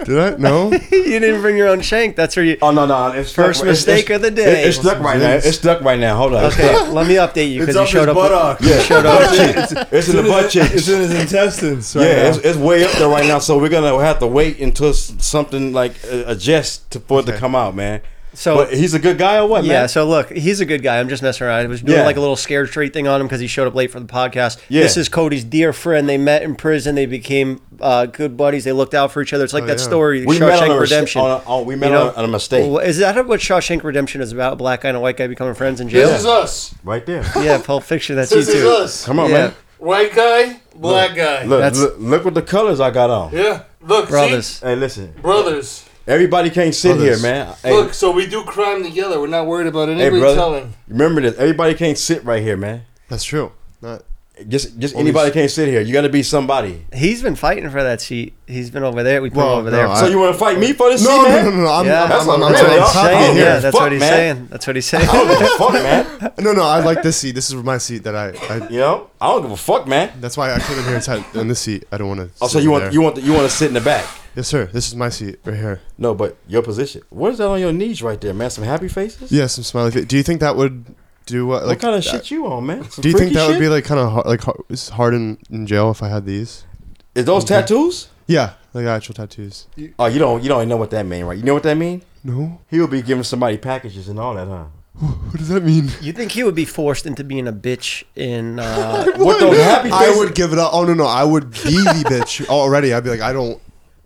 (laughs)
Did I? No.
you didn't bring your own shank. That's where you.
Oh no, no! It's stuck-
First
it's-
mistake
it's-
of the day.
It, it's stuck right now. It's stuck right now. Hold on. It's
Okay,
(laughs) stuck.
let me update you because
It's
you showed
up his
up.
buttock.
Yeah, shut up. It's, it's in the butt cheeks.
It's in his intestines. Right
Yeah,
now.
it's, it's way up there right now. So we're gonna have to wait until s- something like uh, adjust to, for it to come out, man.
So-
but he's a good guy or what,
Yeah,
man?
so look, he's a good guy. I'm just messing around. I was doing
Yeah.
like a little scared straight thing on him because he showed up late for the podcast.
Yeah.
This is Cody's dear friend. They met in prison. They became uh, good buddies. They looked out for each other. It's like that
Oh, yeah.
story,
We met on
Shawshank
a mis-
Redemption.
on a- on- we met on a- on a mistake.
Well, Is that what Shawshank Redemption is about? A black guy and a white guy becoming friends in jail?
This is
us.
right there.
yeah, Pulp Fiction. That's
This
you
is
too.
us.
Come on,
Yeah.
man.
White guy, black guy.
Look,
That's-
look, look what the colors I got on.
Yeah. Look,
Brothers.
see?
Hey, listen,
Brothers.
everybody can't sit
Brothers.
here, man. Hey,
Look, so we do crime together. We're not worried about
hey,
anybody
brother,
telling.
remember this. Everybody can't sit right here, man.
That's true. Not.
Just, just
Always-
anybody can't sit here. You got to be somebody.
He's been fighting for that seat. He's been over there. We put
Well,
him over
no,
there.
I-
So you want to fight me for this
No,
seat,
no,
man?
no, no, I'm,
yeah,
I'm,
that's
I'm,
what
I'm,
that's
really
what
telling
he's
I'm
you.
saying.
talking
Yeah,
here.
that's what
Fuck,
he's
man.
saying. That's what he's saying.
I don't give a fuck, man.
No, no, I like this seat. This is my seat that I. I
You know, I don't give a fuck, man.
that's why I came in here and sat in this seat. I don't want to.
Oh, so you want you want you want to sit in the back?
Yes, sir. This is my seat right here.
No, but your position. What is that on your knees right there, man? Some happy faces.
Yeah, some smiley face. Do you think that would do what?
What
Like, uh,
kind of shit you on, man? Some
do you think
freaky
that would
shit?
be like kind of hard, like hard, is hard in, in jail if I had these?
Is those
Mm-hmm.
tattoos?
Yeah, like actual tattoos.
Oh, you don't you don't even know what that mean, right? You know what that mean?
No,
He will be giving somebody packages and all that, huh?
what does that (laughs) mean?
You think he would be forced into being a bitch in
(laughs)
uh,
What those happy
I
faces?
would give it up. Oh no, no, I would be the (laughs) bitch already. I'd be like, I don't.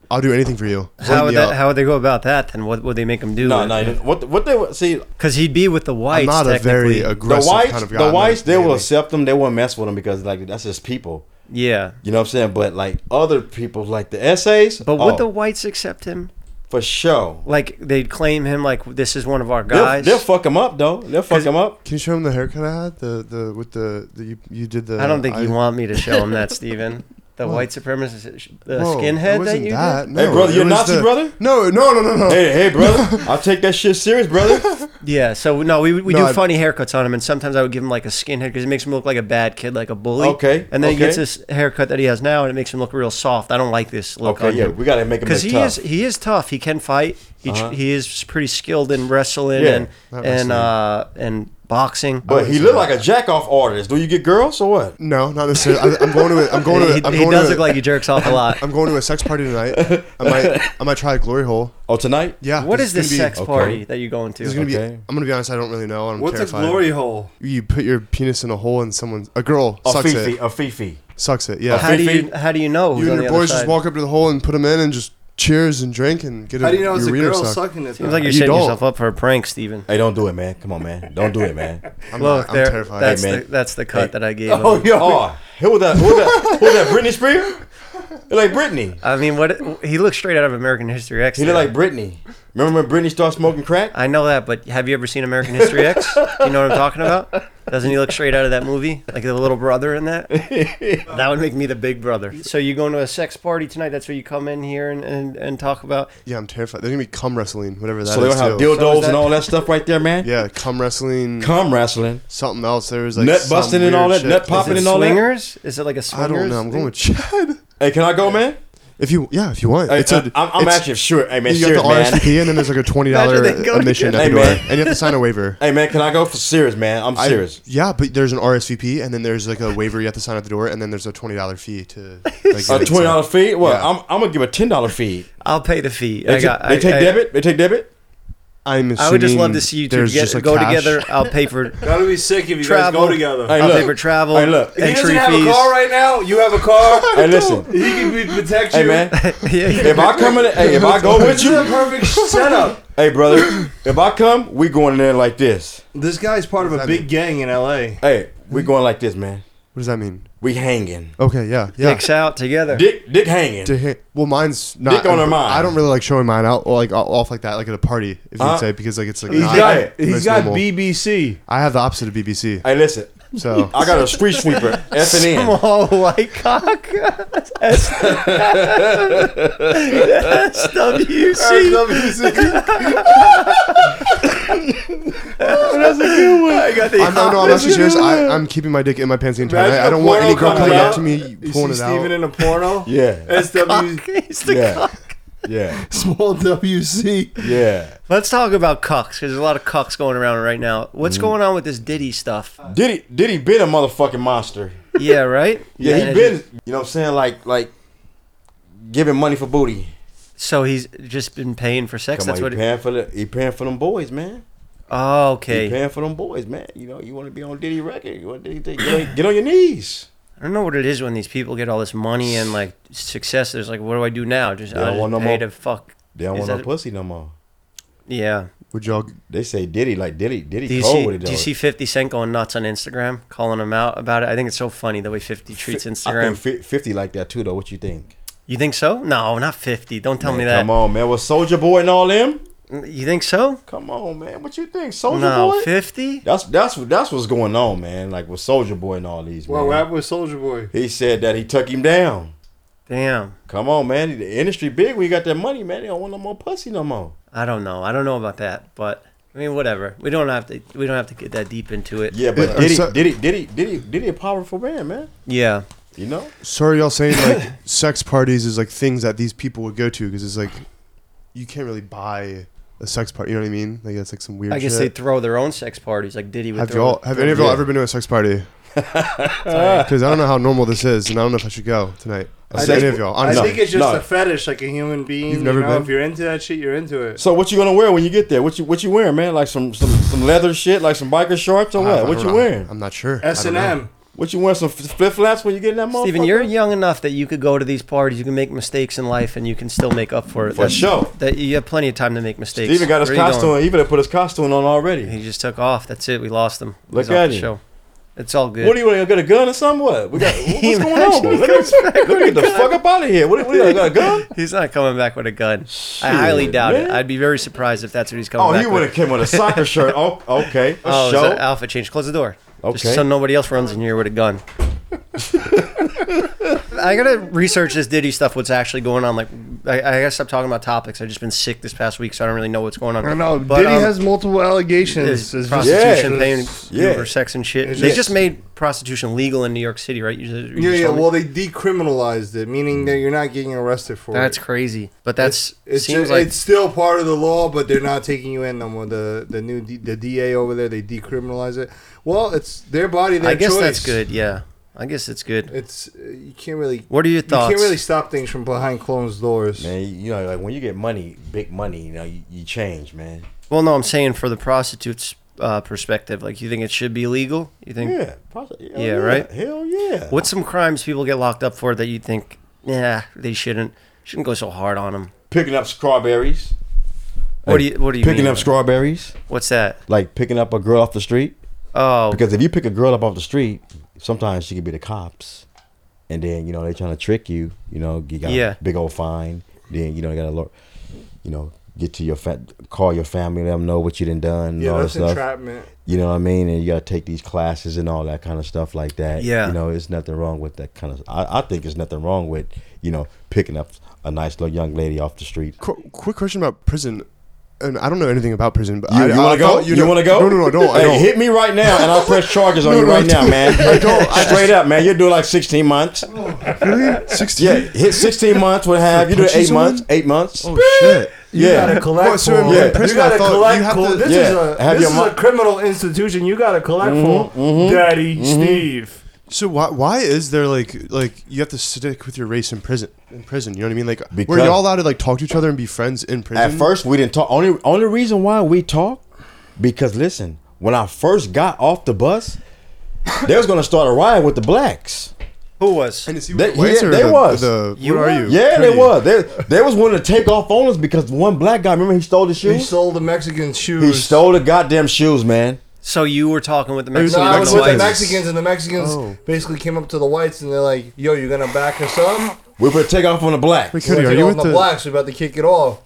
I'll do anything for you.
How
Hold
would
me
that,
up.
how would they go about that? Then what would they make him do?
no, no. What what they would see?
because he'd be with the whites.
I'm not a
technically.
very uh,
The
aggressive
whites,
kind of guy.
the
I'm not
whites, they will
really-
accept them. They won't mess with them because like that's just people.
yeah.
You know what I'm saying? But like other people, like the essays.
But would
oh,
the whites accept him?
for sure?
Like they'd claim him like this is one of our
They'll,
guys.
they'll fuck him up though. They'll fuck him
(laughs)
up.
Can you show him the haircut I had? The the with the, the you, you did the.
I don't think you want me to show him that,
(laughs)
Stephen. The white supremacist, uh, the skinhead that you did.
No,
Hey, brother,
it
you a
was
Nazi, brother?
No, no, no, no, no.
Hey, hey,
(laughs)
brother, I'll take that shit serious, brother.
Yeah. So no, we, we
No,
do
I-
funny haircuts on him, and sometimes I would give him like a skinhead because it makes him look like a bad kid, like a bully.
Okay,
And then he
okay.
gets this haircut that he has now, and it makes him look real soft. I don't like this look.
Okay,
on
yeah,
him.
we gotta make him
because
look
he
tough.
is he is tough. He can fight. He tr-
Uh-huh.
he is pretty skilled in wrestling
Yeah,
and
not
and
wrestling.
uh, and boxing.
But he looked like a jack off artist. Do you get girls or what?
No, not necessarily. I, I'm going to. A, I'm going to.
he,
A, I'm
he
going
does
to.
look
A,
like he jerks
(laughs)
off a lot.
I'm going to a sex party tonight. I might. I might try a glory hole.
Oh, tonight?
Yeah.
what is
it's gonna
this
be-
sex
okay.
party that you going
It's
to?
gonna be.
Okay.
I'm gonna be honest. I don't really know. I'm
What's
terrified.
a glory hole?
You put your penis in a hole and someone, a girl,
A
sucks
Oh, fifi,
it.
a fifi.
Sucks it. Yeah.
How do you
Fifi?
how do you know? Who's
You
on
and
the
your
other
boys just
side?
walk up to the hole and put them in and just cheers and drink and get.
How
a,
do you know it's
your
a
wiener
girl
sucked.
sucking it?
Seems like
though?
you're
You
setting
don't.
yourself up for a prank, Steven.
Hey, don't do it, man. Come on, man. Don't do it, man.
I'm,
Look,
I'm
there-
terrified.
that's
Hey, man.
the that's the cut
Hey.
that I
(laughs)
gave. him.
Oh, yeah. Oh, who was that? Who was that? Who was that? Britney Spears? He like Britney.
I mean, what he looks straight out of American History X.
He
there.
looked like Britney. Remember when Britney started smoking crack?
I know that, but have you ever seen American History X? Do you know what I'm talking about? Doesn't he look straight out of that movie? Like the little brother in
(laughs)
that? that would make me the big brother. So you going to a sex party tonight? That's where you come in here and, and, and talk about.
Yeah, I'm terrified. They're gonna be cum wrestling, whatever that is.
So they don't have
too.
dildos
So is that-
and all that stuff right there, man.
Yeah, cum wrestling,
Cum wrestling,
something else. There was like
Nut
some
busting and
weird
all that,
shit.
nut
Is
popping
Is
it-
it
and all that?
swingers? Is it like a
I
swingers?
don't know. I'm going
thing?
with Chad.
Hey, can I go, man?
If you, yeah, if you want,
Hey,
it's a,
I- I'm, I'm
it's-
actually sure. Hey, man,
You got
serious,
the
man.
RSVP and then there's like a twenty dollar
Imagine they go
admission at
together.
the
Hey,
door,
man.
and you have to sign
(laughs)
a waiver.
(laughs) Hey, man, can I go for serious, man? I'm
I-
serious.
yeah, but there's an RSVP and then there's like a waiver you have to sign at the door, and then there's a twenty dollar
(laughs)
fee to like
A twenty dollar fee? Well,
Yeah.
I'm, I'm gonna give a ten dollar fee.
I'll pay the fee.
They,
I
ta-
got.
they
I,
take
I,
debit. They take debit.
I'm
I would just love to
assuming
see you two
there's
get,
just, like,
go
cash.
together. I'll pay
(laughs)
for.
That'd be sick if you
Travel.
guys go together.
Hey,
I'll
look.
pay for travel.
Hey, look. He
he doesn't
Entry
have
fees.
a
(laughs)
car right now. You have a car.
Hey, listen.
he can be, protect you.
Hey, man.
yeah, yeah.
If I come in, hey, if I go with
This is a
you,
perfect setup.
hey, brother. If I come, we going in there like this.
This guy's part of a big gang in L.A.
Hey, we going like this, man.
What does that mean?
We hanging.
Okay, yeah, yeah.
Dicks out together.
Dick, dick hanging.
To hit- well, mine's not.
Dick on her mind.
I don't really like showing mine out like o- off like that, like at a party, if
Uh,
you'd say, because like it's like
He's
not
got it.
the
He's
most
got
normal.
BBC.
I have the opposite of BBC.
Hey, listen. (laughs)
So
I got a street sweeper. F and N.
Small white cock. SWC. I got the
I'm no, no, I'm actually serious. I, I'm keeping my dick in my pants the entire
Imagine
night. I
a
don't want
porno
any girl
coming
coming up
out.
to me
You
pulling
see
it out.
Steven in a porno?
Yeah.
SW.
He's the
Yeah.
cock.
Yeah.
Small WC.
Yeah.
Let's talk about cucks because there's a lot of cucks going around right now.
Mm.
What's going on with this Diddy stuff?
Diddy, Diddy been a motherfucking monster.
Yeah, right.
Yeah, he
And-
been. You know what I'm saying? Like, like giving money for booty.
So he's just been paying for sex.
Come
That's
on,
what.
he
It,
paying for the, he paying for them boys, man.
oh,
He
okay.
paying for them boys, man. You know, you want to be on Diddy record. You want Diddy thing. Get on, get on your knees.
I don't know what it is when these people get all this money and like success. There's like, what do I do now? Just
They don't
I just
want no
pay
more-
to fuck.
They don't
Is
want no
that-
pussy no more.
Yeah.
Would y'all?
They say Diddy like Diddy. Diddy
Do you,
cold
see,
with it though.
do you see 50 Cent going nuts on Instagram, calling him out about it? I think it's so funny the way 50 treats Instagram.
I think fi- fifty like that too though. What you think?
you think so? No, not 50. Don't tell
Man,
me that.
Come on, man. With Soldier Boy and all them.
You think so?
Come on, man. What you think, Soldier
No,
Boy?
50?
That's that's what that's what's going on, man. Like with Soldier Boy and all these.
Well,
man.
rap with Soldier Boy.
He said that he took him down.
Damn.
Come on, man. The industry big. We got that money, man. They don't want no more pussy no more.
I don't know. I don't know about that, but I mean, whatever. We don't have to. We don't have to get that deep into it.
Yeah,
Yeah,
but
I'm
Diddy,
so-
Diddy, Diddy, Diddy, Diddy, a powerful man, man.
Yeah.
You know,
Sorry, y'all saying
(laughs)
like sex parties is like things that these people would go to because it's like you can't really buy a sex party. You know what I mean? Like that's like some weird.
I guess they
shit.
throw their own sex parties, like Diddy would
have
throw.
y'all? Have any of y'all ever been to a
(laughs)
sex party? (laughs) Because I don't know how normal this is, and I don't know if I should go tonight.
A
Have
sex-
any of y'all?
I
No,
Honestly,
think it's just
no.
a fetish, like a human being.
You've never
you know,
been?
If you're into that shit, you're into it.
So what you gonna wear when you get there? What you what you wearing, man? Like some some, some leather shit, like some biker shorts or
I- I
what? What
don't
you
know.
wearing?
I'm not sure. I
S
don't
and
know.
M.
What you wearing? Some flip flops when you get in that motherfucker?
Steven, you're young enough that you could go to these parties. You can make mistakes in life, and you can still make up for it.
For sure.
That you have plenty of time to make mistakes.
Steven got his
Where are you
costume.
going?
He better put his costume on already.
He just took off. That's it. We lost him.
Look
He's off
at
the
him.
show. It's all good.
What do you want? Got a gun or something?
(laughs)
What? We got, what's
He
going on? bro?
imagine
Let
comes
me, let me get the fuck up out of here. What? what you got a gun?
he's not coming back with a gun. (laughs) I highly
Shit,
doubt it.
man.
I'd be very surprised if that's what he's coming
Oh,
back
he would have
with.
came with a
(laughs)
soccer shirt. Oh, okay. For
Oh, is
sure.
that outfit change. Close the door.
Okay.
Just so nobody else runs in here with a gun. I gotta research this Diddy stuff. What's actually going on? Like, I, I gotta stop talking about topics. I've just been sick this past week, so I don't really know what's going on.
I know.
But,
Diddy
um,
has multiple allegations.
is
It's just-
prostitution
Yeah.
paying
Yeah.
for sex and shit.
It's
they
just-
just made prostitution legal in New York City, right? You just- you
yeah,
just
yeah.
told me.
Well, they decriminalized it, meaning that you're not getting arrested for
that's
it.
crazy. But that's
It's
seems
just,
like
it's still part of the law, but they're not taking you in no more. The the new D, the DA over there, they decriminalize it. Well, it's their body, their
I guess that's
choice.
good. Yeah, I guess it's good.
It's uh, you can't really
What are your
you
thoughts?
can't really stop things from behind closed doors.
Man, you- you know, like when you get money, big money, you know, you, you change, man.
Well, no, I'm saying for the prostitutes' uh, perspective, like you think it should be legal. You think
Yeah, probably, hell
Yeah, right?
Hell yeah.
what's some crimes people get locked up for that you think, yeah, they shouldn't shouldn't go so hard on them.
Picking up strawberries.
What do you What do you
Picking
mean?
up strawberries,
What's that?
like picking up a girl off the street.
Oh,
Because if you pick a girl up off the street, sometimes she could be the cops, and then you know they trying to trick you. You know, you got
Yeah.
a big old fine. Then you know you got to, you know, get to your fa- call your family, let them know what you done done, and
yeah,
all
that's
this stuff.
entrapment.
You know what I mean? And you got to take these classes and all that kind of stuff like that.
Yeah.
You know, it's nothing wrong with that kind of. I, I think there's nothing wrong with you know picking up a nice little young lady off the street.
Qu- quick question about prison, and I don't know anything about prison, but
You,
I, I
want to go?
thought
You,
know-
want to go?
No, no, no, I don't. I
Hey,
don't.
hit me right now, and I'll press charges on
(laughs) No,
you
no,
right
I
now,
don't.
man. Straight up, man. You're doing like 16 months.
(laughs) Really? Sixteen?
Yeah, hit 16 months. What have you? Do
Punching
eight
someone?
months? Eight months.
Oh shit!
yeah.
collect
Well, so
for
in
them.
prison,
you gotta
I thought
collect
you have
for
to-
them. This
Yeah,
is, a,
have
this
your
is
mo-
a criminal institution. You gotta collect
Mm-hmm,
for them. Daddy Steve.
So why why is there like like you have to stick with your race in prison? In prison, you know what I mean? Like, were
Because-
y'all allowed to like talk to each other and be friends in prison?
At first, we didn't talk. Only only reason why we talked because listen, when I first got off the bus, they was gonna start a riot with the blacks.
who was?
and is he
They-
with the whites
yeah,
or
they
the,
was.
the-
You
what
were?
are you?
Yeah, they
Trinity?
was. They they was wanting to take off on
Mm-hmm.
us because one black guy. Remember, he stole the
He
shoes.
stole the Mexican shoes.
He stole the goddamn shoes, man.
So you were talking with the
was
Mexican
the
No, I was
and the
with the
whites.
Mexicans.
Mexicans, and the Mexicans
Oh.
basically came up to the whites and they're like, "Yo, you gonna back us up?
We put take off on the black.
Wait,
We're
Cody, are you with
the,
the?
blacks. We're about to kick it off."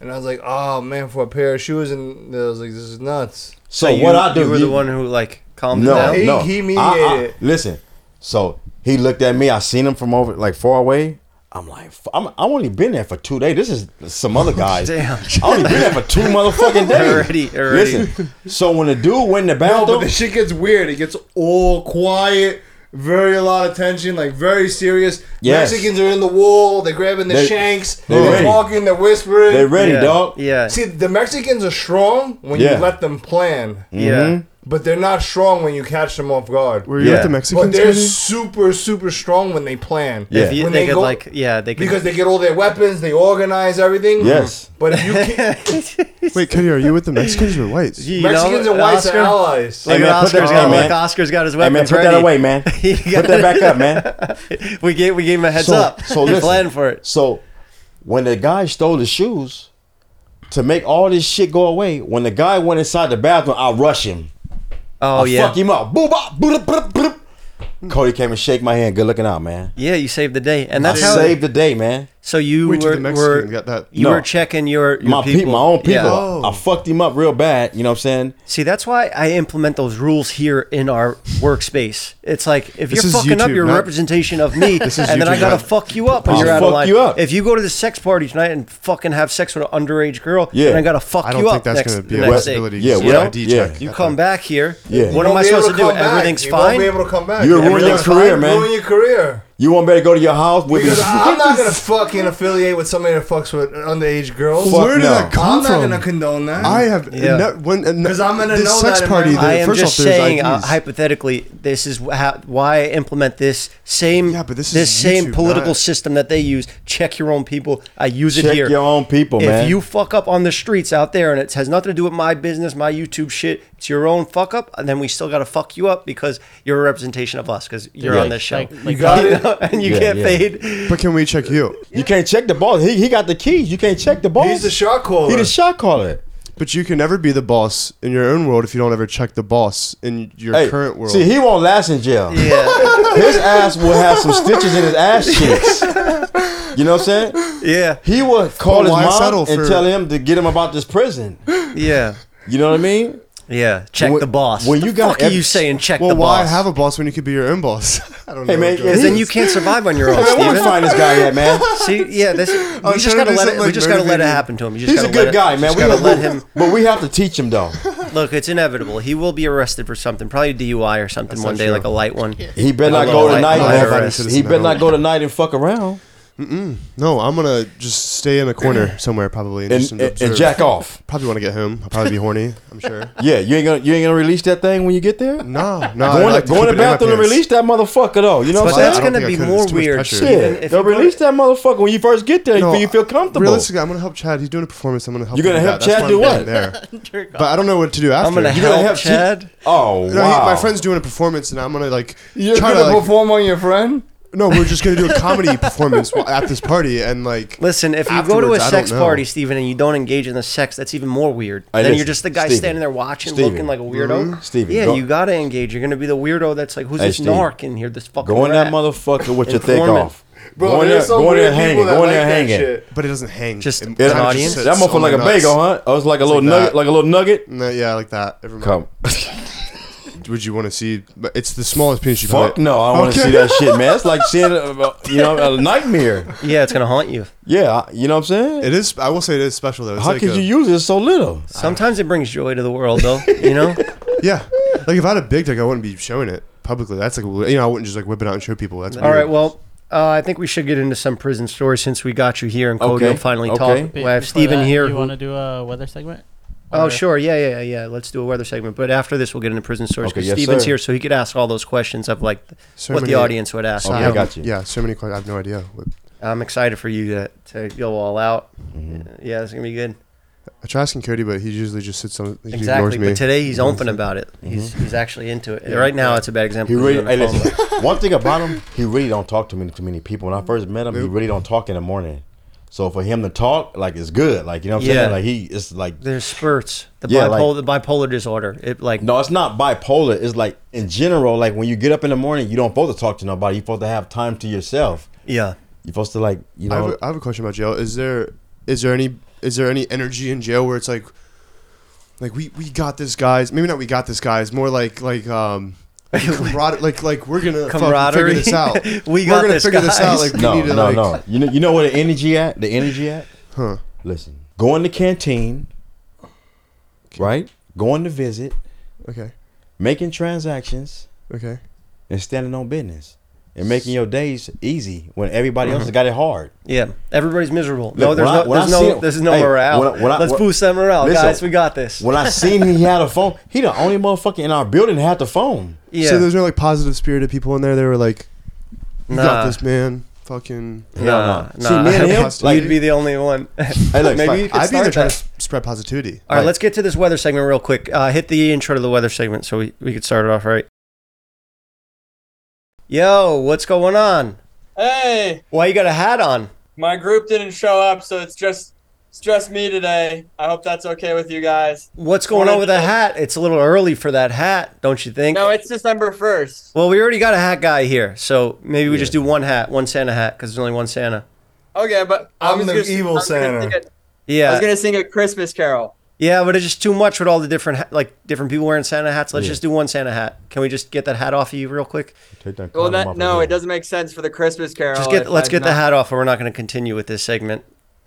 And I was like, "Oh man, for a pair of shoes," and I was like, "This is nuts."
So,
you,
what I do?
You were
you-
the one who like calmed it
No,
down.
He-
no.
he
I-
mediated.
I- listen, so he looked at me. I seen him from over like far away. I'm like, f- I'm, I've only been there for two days. This is
(laughs)
some other guys.
Damn.
I only been there
(laughs)
for two motherfucking days.
Already, already.
Listen, so when the dude went in the
No, Oh, but
bathroom,
the shit gets weird. It gets all quiet, very a lot of tension, like very serious.
Yes.
Mexicans are in the wall. They're grabbing the
They-
shanks.
they're
They're
ready.
talking. They're whispering.
they ready,
yeah.
dog.
Yeah.
See, the Mexicans are strong when
Yeah.
you let them plan,
mm-hmm.
yeah.
but they're not strong when you catch them off guard.
Were you
Yeah.
with the
But
But
Mexicans?
they're
Cody?
super, super strong when they plan.
Yeah.
If you,
When
they,
they
could
go-
like, yeah, they could.
Because they get all their weapons, they organize everything.
Yes.
(laughs)
But if you can't,
Wait, Cody, are you with the Mexicans or whites?
you know,
Mexicans and whites
Oscar,
are allies.
Look
Hey,
at
man, put that-
Oscar's
hey,
got.
man.
Look, Oscar's got his
Hey man,
weapons
put
ready.
that away,
(laughs)
man.
He got
put that back up, man.
(laughs) we gave we gave him a heads
So-
up.
so
He
listen.
planned for it.
So when the guy stole the shoes to make all this shit go away, when the guy went inside the bathroom, I rush him.
Oh
I
yeah,
fuck him up. Boop, bop, boop, boop, boop, boop. Cody came and shake my hand. Good looking out, man.
yeah. You saved the day, and
I
that's how.
saved the day, man.
so you
Wait, did
were,
the Mexican
were-
get that?
you
No.
were checking your, your
my people. my own people.
Yeah.
Oh.
I fucked him up real bad. You know what I'm saying?
See, that's why I implement those rules here in our workspace. It's like if
This
you're
is
fucking up
YouTube,
your
not-
representation of
(laughs)
me, and
This is
then I
YouTube,
gotta
not-
fuck you up, and
I'll
you're out of
fuck
line.
you up.
If you go to the sex party tonight and fucking have sex with an underage girl,
Yeah.
then I gotta fuck
I don't
you
think
up.
that's
next,
gonna be
the
a
next day.
possibility.
Yeah,
Just
well,
an ID
yeah.
check.
You come back here. What
Yeah.
You
am I
won't be able
supposed to do?
come back.
Everything's
you
fine.
Won't be able to come back.
You'll ruin your
Everything's
career,
fine.
man.
Ruin your career.
You want better go to your house with
Because
me.
I'm not gonna fucking affiliate with somebody that fucks with underage girls.
Fuck
Where did
no.
that
I'm
come
not
from?
gonna condone that.
I have
Yeah.
ne- when and ne-
'Cause I'm gonna
this
know
sex
that in my
party.
mind.
the-
I am
first
just
off, there's
saying, uh,
IDs.
hypothetically, this is how, why I implement this same
Yeah, but this is
same
YouTube,
political
not-
system that they use. Check your own people. I use it
Check
here.
your own people,
if
man.
you fuck up on the streets out there and it has nothing to do with my business, my YouTube shit, it's your own fuck up, and then we still got to fuck you up because you're a representation of us because you're
Yeah.
on this show. (laughs)
Like, like
got it.
and you
Yeah,
get
yeah.
(laughs)
paid.
but can we check you?
you can't check the ball. He, he got the keys. You can't check the ball.
He's the shot caller.
He the shot caller.
But you can never be the boss in your own world if you don't ever check the boss in your
Hey,
current world.
see, he won't last in jail.
Yeah,
His ass will have some stitches in his ass cheeks. You know what I'm saying?
yeah,
He would call
But
his
why settle
mom and
for-
tell him to get him about this prison.
yeah,
You know what I mean?
yeah. Check
When-
the boss.
when
the
you got
fuck are
every-
you saying? Check
well,
the
why
boss.
have a boss when you could be your own boss? (laughs) I don't know.
Hey, man,
Joe.
yeah,
Because then you can't survive on
(laughs)
your own,
Man, where we
Steven.
find this guy at, man? (laughs)
See, yeah, this we just gotta
trying to do
let it.
something
We
like
just gotta let it
motivating.
happen to him. You just
He's a
gotta
good
let it-
guy, man.
Just
We
gotta
gotta
let him.
but we have to teach him though.
Look, it's inevitable. He will be arrested for something, probably DUI or something one
not
day,
true.
like a light one.
He better not
Hello,
go
I-
tonight,
I
man.
arrest.
He better not go tonight and fuck around
no, I'm gonna just stay in
(clears throat)
a corner somewhere probably and,
and,
just
and, and
observe.
jack off.
Probably want to get home. I'll probably be horny.
(laughs)
I'm sure.
Yeah, you ain't gonna you ain't gonna release that thing when you get there.
No, no.
Go
I
in
like
the, go in the bathroom and release that motherfucker though. You know
But
what
Well,
that's
I'm
I don't
gonna
think I
be
could. It's
more
too much
weird.
pressure.
Steven,
saying? Yeah,
if
they'll
you go-
release that motherfucker when you first get there.
No,
so you feel comfortable.
Realistically, I'm gonna help Chad. He's doing a performance. I'm gonna help.
You're gonna
him with
help Chad
that. That's why
do
I'm
what?
there.
(laughs)
but I don't know what to do after.
I'm gonna
You gonna
help
have she-
Chad.
Oh
No, he-
wow,
my friend's doing a performance, and I'm gonna like
You're
try
gonna
to. Like,
perform on your friend.
no, we're just gonna do a comedy (laughs) performance while- at this party, and like.
Listen, if you go to a
Afterwards, I don't
sex
know.
party, Steven, and you don't engage in the sex, that's even more weird. then
Hey, listen,
you're just the guy
Steven.
standing there watching,
Steven.
looking
Mm-hmm.
like a weirdo.
Steven,
yeah,
go-
you gotta engage. You're gonna be the weirdo that's like, who's
Hey,
this
Steven.
narc in here? This fucking
go in that
rat?
motherfucker with your thick
Informant.
off. go in there, go in there hanging, go in there hanging.
But it doesn't hang.
Just
It
an
kinda just
audience?
sits
That motherfucker
on my
like a
nuts.
bagel, huh? Oh, it's like a little
like
nugget,
that.
like a little nugget.
No, yeah, like that. Never mind.
Come,
Would you want to see? But it's the smallest penis you've
fuck
had.
no, I don't (laughs) want to
Okay.
see
(laughs)
that shit, man. It's like seeing, a- a- you know, (laughs) a nightmare.
Yeah, it's gonna haunt you.
Yeah, (laughs) I- you know what I'm saying.
It is. I will say it is special though. It's
How
like
could
a-
you use it so little?
Sometimes it brings joy to the world, though.
(laughs)
You know.
Yeah. Like if I had a big dick, I wouldn't be showing it publicly. That's like you know, I wouldn't just like whip it out and show people. That's
All
weird.
right. Well, uh, I think we should get into some prison stories since we got you here and Cody
Okay,
will finally
okay.
talk.
Be-
We have
before
Steven
that,
here.
You
who-
want to do a weather segment?
oh,
Or-
sure. Yeah, yeah, yeah, yeah. Let's do a weather segment. But after this, we'll get into prison stories
Okay,
because
yes,
Steven's
sir.
here, so he could ask all those questions of like th-
So
what the
many-
audience would ask.
Okay,
you know?
I got you.
Yeah, so many questions. I have no idea. What,
I'm excited for you to, to go all out.
Mm-hmm.
Yeah, it's gonna be good.
I try asking Cody, but he usually just sits on. He
Exactly.
Ignores me.
But today he's open about it. He's he's actually into it. Right now, it's a bad example.
Mm-hmm. He
'cause he's
really,
on the
hey,
phone,
listen, (laughs) one thing about him, he really don't talk to many too many people. When I first met him, he really don't talk in the morning. So for him to talk, like it's good. Like you know what I'm
Yeah.
saying? Like he it's like
There's spurts. The
Yeah, like-
bipolar, the bipolar disorder. It like
no, it's not bipolar. It's like in general, like when you get up in the morning, you don't supposed to talk to nobody. You're supposed to have time to yourself.
yeah.
You're supposed to like you
I
know
have, a, I have a question about jail. Is there is there any is there any energy in jail where it's like like we, we got this guys maybe not we got this guys more like like
(laughs)
um like camarader- like like we're gonna fucking
Camaraderie?
figure this
(laughs)
out
We
we're
got
gonna
this,
figure this out
guys.
like we
no,
need to
no,
like
no. You know, you know where the energy at? The energy at?
Huh.
Listen, go in the canteen, right? Going to visit,
okay
making transactions,
okay
and standing on business, and making your days easy when everybody else has got it hard.
Yeah, everybody's miserable. no,
Look,
there's
when I-
no,
when
there's
I see
no,
it-
there's no
hey,
morale.
when I- when I-
Let's
when-
boost that morale,
Listen,
guys. We got this.
When I seen he had a phone, he the only motherfucker in our building that had the phone.
yeah,
so there's no like positive spirited people in there they were like you
Nah.
got this man fucking
Hell
Nah,
no. See,
nah.
me and him,
You'd
like,
you'd be the only one.
(laughs)
(laughs)
hey, look,
Maybe
fuck,
you could
I'd be in
start that.
there trying to s- spread positivity
All right,
Like-
let's get to this weather segment real quick. Uh, hit the intro to the weather segment so we, we could start it off right. Yo, what's going on?
Hey,
Why you got a hat on?
my group didn't show up, so it's just it's just me today. I hope that's okay with you guys.
What's going on
Wanna-
with the hat? It's a little early for that hat, don't you think?
uh, No, it's December first.
well, we already got a hat guy here, so maybe we just do one hat, one Santa hat, because there's only one Santa.
Okay, but I
I'm
was
the
gonna-
evil
I was gonna
Santa.
sing a- I
Yeah,
was gonna sing a Christmas carol.
yeah, but it's just too much with all the different ha- like different people wearing Santa hats. Let's just do one Santa hat. Can we just get that hat off of you real quick?
Take that
Well,
condom
that
off
no,
of
it
him.
doesn't make sense for the Christmas carol.
Just get
Oh, if
let's
I'm
get the
not-
hat off, or we're not going to continue with this segment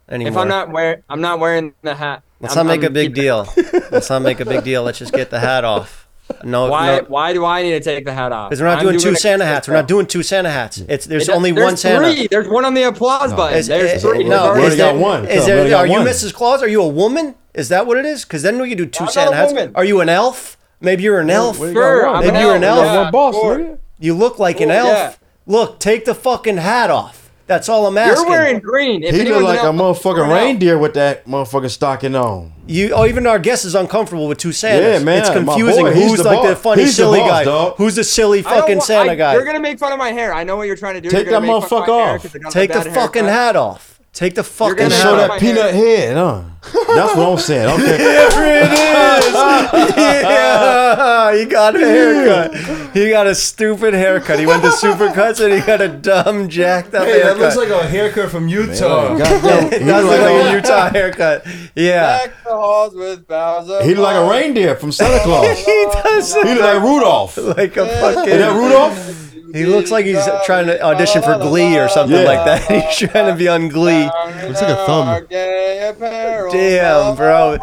anymore.
If I'm not wearing, I'm not wearing the hat.
Let's
I'm-
not make
I'm
a big
keeping- (laughs)
deal. Let's not make a big deal. Let's just get the hat off. No,
Why?
no,
Why do I need to take the hat off?
because we're not
I'm
doing, two
a
Santa
Christmas
hats. We're not
carol.
doing two Santa hats. It's there's
It-
only
there's
one Santa.
Three. There's one on the applause button.
Is-
there's
is- no,
We
three. There's
is
already
there,
got one.
is
So
there-
we already got
are you
one.
Mrs. Claus? Are you a woman? Is that what it is? Because then we could do two
I'm not
Santa
a
hats.
woman.
Are you an elf? Maybe you're an elf.
Where you got
Sure,
one?
I'm
Maybe
an
you're an
elf,
elf.
yeah,
One boss,
sure.
nigga.
You look like an
Ooh,
elf.
yeah.
Look, take the fucking hat off. That's all I'm asking.
You're wearing green. If
He look
anyone's
like a
an elf,
motherfucking
we're an elf.
reindeer with that motherfucking stocking on.
You, oh, even our guest is uncomfortable with two Santas.
Yeah, man,
It's
my
confusing.
boy, he's
Who's
the
like the
boss.
funny,
He's the
silly
boss,
guy?
dog.
Who's the silly
I don't
fucking
wa-
Santa
I-
guy?
You're gonna make fun of my hair. I know what you're trying to do.
Take
You're
that
gonna make fun of
motherfucker
my hair
off.
'cause I don't have
Take the
bad haircut.
fucking hat off. Take the fucking
gonna
And
Yeah,
show
hat
I
that
off.
like it.
peanut head,
(laughs)
huh? That's what I'm saying. Okay. (laughs)
yeah, he got a haircut. He got a stupid haircut. He went to Supercuts and he got a dumb jacked up
Hey, that
haircut.
looks like a haircut from Utah.
(laughs)
Goddamn, he
That's
look
like
like
a Utah haircut. Yeah.
Back the halls with Bowser.
a- he look like a reindeer from Santa Claus. he
(laughs) He does
look
it
like Rudolph. Is
like a
that
fucking.
Rudolph?
He looks like he's trying to audition for Glee or something
Yeah.
like that. (laughs) He's trying to be on Glee.
Looks
like a thumb.
Damn, bro.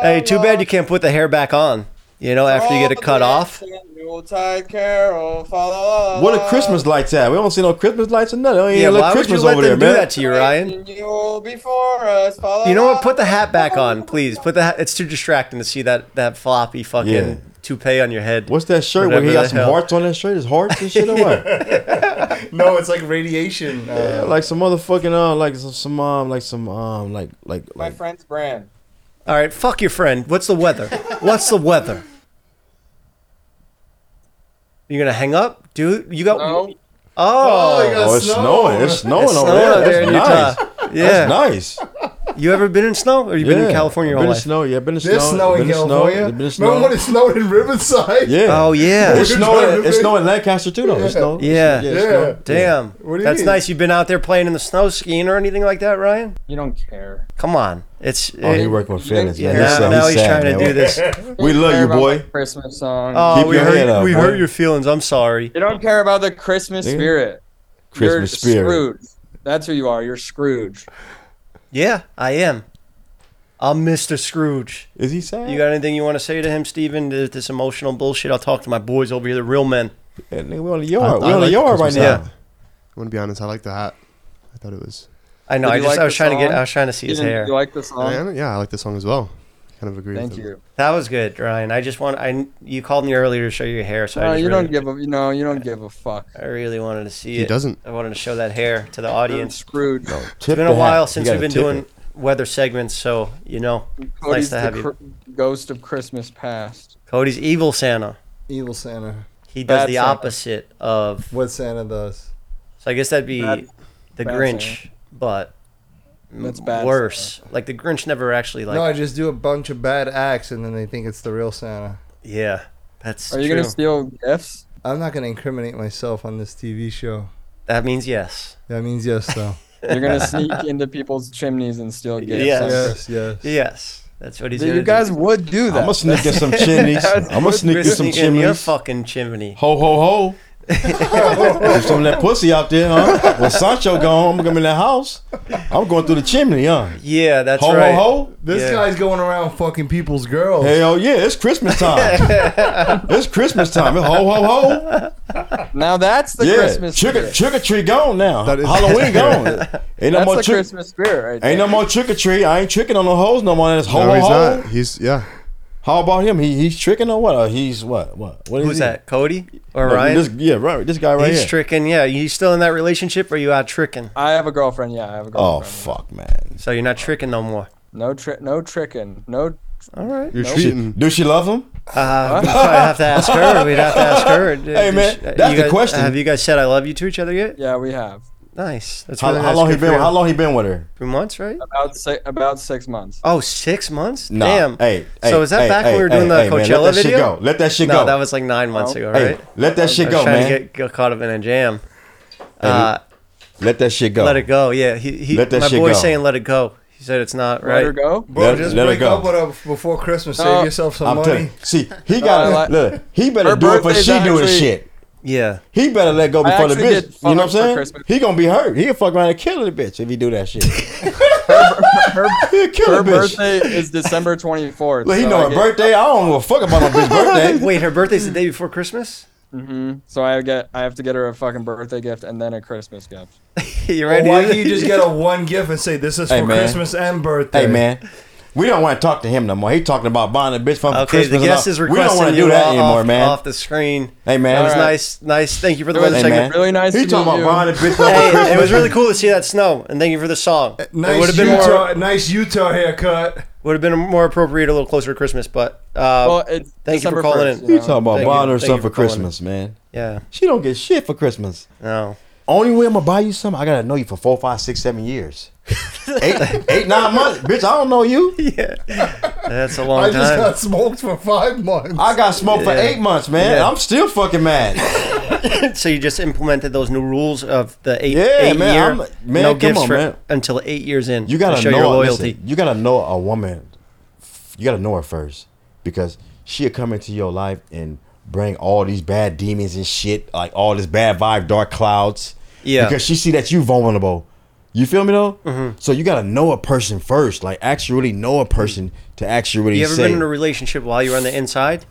Hey, too bad you can't put the hair back on. You know, after you get it cut off.
Yuletide carol. fa la la la
What
la.
are Christmas lights at? We don't see no Christmas lights or nothing. There ain't
Yeah,
even
why would you
Christmas
let
over
them
there,
do
man.
that to you, Ryan?
You'll be for us. fa la
You know
la
what? Put the hat back on, please. Put the hat. It's too distracting to see that that floppy fucking
Yeah.
toupee on your head.
What's that shirt where
Whatever
he
the
got some
hell.
hearts on that shirt? His hearts and shit or
(laughs)
what?
(laughs) No, it's like radiation. Uh,
like some motherfucking uh, like some, some um, like some um, like like
My
like.
friend's brand.
All right, fuck your friend. What's the weather? What's the weather? You gonna hang up, dude? You got
No.
oh,
Oh, you got
Oh, it's
Snow.
snowing! It's snowing
it's
over
snowing
there.
out there
That's
in
nice.
Utah.
That's
Yeah,
nice.
you ever been in snow? Or you been in
Yeah.
California your
been
whole
in
life?
snow. Yeah, been in snow.
There's snow
been
in California.
Been in snow.
Remember when it snowed in Riverside?
Yeah.
Oh yeah,
It's snowing. It's snowing in Lancaster too, though. It's snowing.
Yeah.
it's
Yeah.
snowing.
damn.
What do you
That's
mean?
nice. You've been out there playing in the snow, skiing or anything like that, Ryan?
You don't care.
Come on, it's
Oh, he
it-
working with Felix,
yeah,
man.
now,
He's sad.
now
he's
he's
sad,
trying to do
man. (laughs)
this.
We love
Care
you,
about
boy.
my Christmas song.
Oh,
Keep
we
your head
hurt,
up,
we
boy.
hurt your feelings. I'm sorry.
You don't care about the Christmas
Yeah.
spirit. You're
Christmas spirit.
Scrooge. That's who you are. You're Scrooge.
Yeah, I am. I'm Mr. Scrooge.
Is he sad?
You got anything you want to say to him, Steven? Th- This emotional bullshit. I'll talk to my boys over here, the real men.
Yeah, nigga, we on the yard.
I-
we
I
on the
like
yard right
Christmas
now.
Yeah.
song. I'm gonna be honest I like the hat I thought it was
I know.
Did
I
you
just
like
I was
the
trying to get.
song?
I was trying to see his
Ian,
hair.
You like the
I
song?
don't- yeah I like the song as well kind of agree
Um, Thank
with him.
you.
that was good, Ryan. I just want. I you called me earlier to show your hair, so I
No,
just
you
really,
don't give a. You know, you don't give a fuck.
I really wanted to see it.
he doesn't
I wanted to show that hair to the
You're
audience.
Scrooge.
It's
Tip
been
the
a
hat.
while
You
since
gotta
we've been
tip
doing
it.
weather segments, so you know,
Cody's
to
the
have you.
cr- Ghost of Christmas past.
Cody's evil Santa.
Evil Santa.
He does
Bad
the
Santa.
opposite of.
What Santa does.
So I guess that'd be
Bad-
the
bad
Grinch, but
That's bad.
worse. Like the Grinch never actually like.
no, I just do a bunch of bad acts, and then they think it's the real Santa.
yeah, that's
Are you
true.
gonna steal gifts?
I'm not gonna incriminate myself on this TV show.
that means yes.
That means yes,
(laughs)
though.
You're
(laughs)
gonna sneak into people's chimneys and steal gifts.
Yes.
yes, yes.
Yes, that's what he's.
Dude,
gonna
you
do.
guys would do
I'm
that.
gonna sneak in
(laughs)
some chimneys. I'm gonna sneak in
Sneak
some
in your
chimneys.
fucking chimney.
Ho ho
(laughs)
ho. There's some of that pussy out there, huh? When Sancho gone, I'm gonna be in that house. I'm going through the chimney, huh?
Yeah, that's
Ho
right.
ho ho.
This
Yeah.
guy's going around fucking people's girls.
Hell yeah, it's
(laughs)
Christmas time. it's Christmas time. It's ho ho ho.
now that's the
yeah,
Christmas
trick or,
spirit.
trick or treat gone now.
That is- (laughs)
Halloween gone. Ain't no
That's
more
the
trick.
Christmas spirit right there.
Ain't no more trick or treat. I ain't tricking on no hoes no more. That's ho
No,
ho
he's
ho.
not. He's yeah.
How about him? He he's tricking or what? Or he's what? What? What is
Who's
he?
that? Cody or
No,
Ryan?
This, yeah, right. This guy right
he's
here.
tricking. Yeah, you still in that relationship, or you out tricking?
I have a girlfriend. Yeah, I have a
oh
girlfriend.
fuck, man.
So you're not tricking no more.
No trick. No tricking. No.
All right.
You're
Nope.
cheating.
Do she love him?
Uh, we'd probably have to ask her. We'd have to ask her.
(laughs) Hey, man, that's
you
the
guys-
question.
Have you guys said "I love you" to each other yet?
Yeah, we have
Nice. That's
How,
really
how
nice.
long he
Good for
been?
you.
How long he been with her?
Two months, right?
about six about six months.
Oh, six months.
Nah.
Damn.
Hey,
So
hey,
is that
hey,
back when
hey,
we were doing
hey,
the
hey, man,
Coachella
let that
video?
Shit go. Let that shit
no,
go.
that was like nine months
No.
ago,
hey,
right?
let that
I
shit
was
go,
trying
man.
to get, get caught up in a jam. Uh,
let that shit go.
let it go. Yeah, he, he
Let that
my
shit
boy's
go.
saying let it go. He said it's not right.
Let her go.
Bro,
Let-
just
let it
break
go. Uh,
up with her before Christmas. Save
No,
yourself some
I'm telling
money.
you. See,
(laughs)
he
I
got
like-
to look. He better
Her
do it for
birthday's
she do his
actually-
shit.
Yeah.
He better let go before the
actually
bitch.
did
You know what I'm
fuck her for
saying?
Christmas.
He gonna be hurt. He'll fuck around and kill the bitch if he do that shit.
Her,
(laughs) He'll kill
her
the bitch.
birthday is December twenty fourth.
Look, he know her birthday. I don't give a fuck about no bitch
(laughs)
birthday.
Wait, her birthday's the day before Christmas. (laughs)
hmm So I get I have to get her a fucking birthday gift and then a Christmas gift.
you
Or
ready?
why can't you just
(laughs)
get a one gift and say this is
Hey,
for
man.
Christmas and birthday?
Hey man, we don't want to talk to him no more. He talking about buying a bitch from
Okay,
Christmas.
the
and
guest
all.
is
we don't
requesting
want to
you
do that
off,
anymore, man.
off the screen.
Hey man,
That was
All right.
nice, nice. Thank you for the
It was
weather
hey
check.
man,
really nice
He
to
talking
meet
about
you.
buying a bitch from
Hey,
Christmas.
it was really cool to see that snow, and thank you for the song.
Uh,
it would
nice
have been
Utah,
more
nice Utah haircut.
would have been more appropriate a little closer to Christmas, but uh,
Well, it's
thank you for
December
calling
1st,
in.
you
You
know?
talking about
Thank
buying
you-
her
thank
stuff
you
for
for calling
Christmas, man.
yeah,
She don't get shit for Christmas. (laughs)
no,
Only way I'm gonna buy you something, I gotta know you for four, five, six, seven years. eight, eight, nine months. Bitch, I don't know you.
yeah, that's a long
I just
time.
got smoked for five months.
I got smoked for
Yeah.
eight months, man.
Yeah.
I'm still fucking mad.
(laughs) So you just implemented those new rules of the eight,
Yeah,
eight
man,
year
I'm- man,
no
come
gifts
on,
for,
man.
until eight years in.
You
to
gotta
show
know
your loyalty.
listen, you gotta know a woman. You gotta know her first because she'll come into your life and bring all these bad demons and shit, like all this bad vibe, dark clouds.
Yeah.
Because she see that you vulnerable. You feel me though? Mm-hmm. So you gotta know a person first, like actually really know a person to actually really
you ever
say,
been in a relationship while you were on the inside?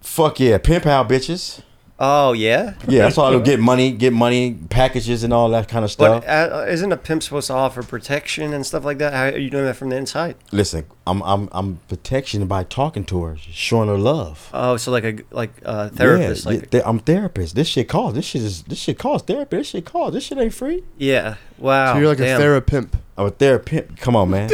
"Fuck yeah, pimp pal, bitches."
Oh yeah.
Yeah, that's all. I do, Get money, get money, packages, and all that kind of stuff.
But uh, isn't a pimp supposed to offer protection and stuff like that? How are you doing that from the inside?
Listen, I'm I'm I'm protection by talking to her, showing her love.
Oh, so like a like a therapist,
Yeah,
like
yeah, th- I'm therapist. This shit costs. This shit is. This shit costs therapy. This shit costs. This shit ain't free.
Yeah. Wow.
You're like
damn.
a therapimp.
I'm a therapist. Come on, man.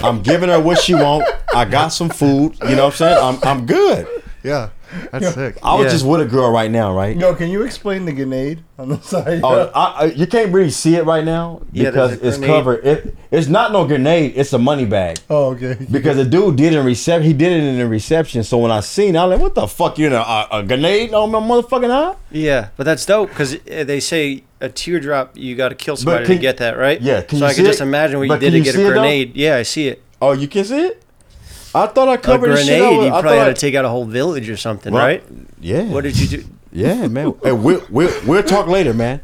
I'm giving her what she want. I got some food. You know what I'm saying? I'm I'm good.
Yeah, that's sick.
I was
Yeah.
just with a girl right now, right?
Yo, can you explain the grenade on the side?
Oh, I, I, you can't really see it right now
Yeah,
because
there's a
it's
grenade.
covered. It, it's not no grenade. It's a money bag.
Oh, okay.
Because the dude did it in reception, he did it in the reception. So when I seen, it, I was like, "What the fuck? You know, a, a grenade on my motherfucking eye?"
Yeah, but that's dope because they say a teardrop you got to kill somebody
can-
to get that right.
yeah, can
so
you
I can
see
just
it?
imagine what
But
you did
can
to
you
get
see it,
a
though?
grenade. yeah, I see it.
Oh, you can see it? I thought I
A
covered this shit. up
grenade.
with-
You
I
probably
thought
had
I-
to take out a whole village or something,
Well,
right?
Yeah.
What did you do? (laughs)
Yeah, man. Hey, we'll, we'll, we'll talk later, man.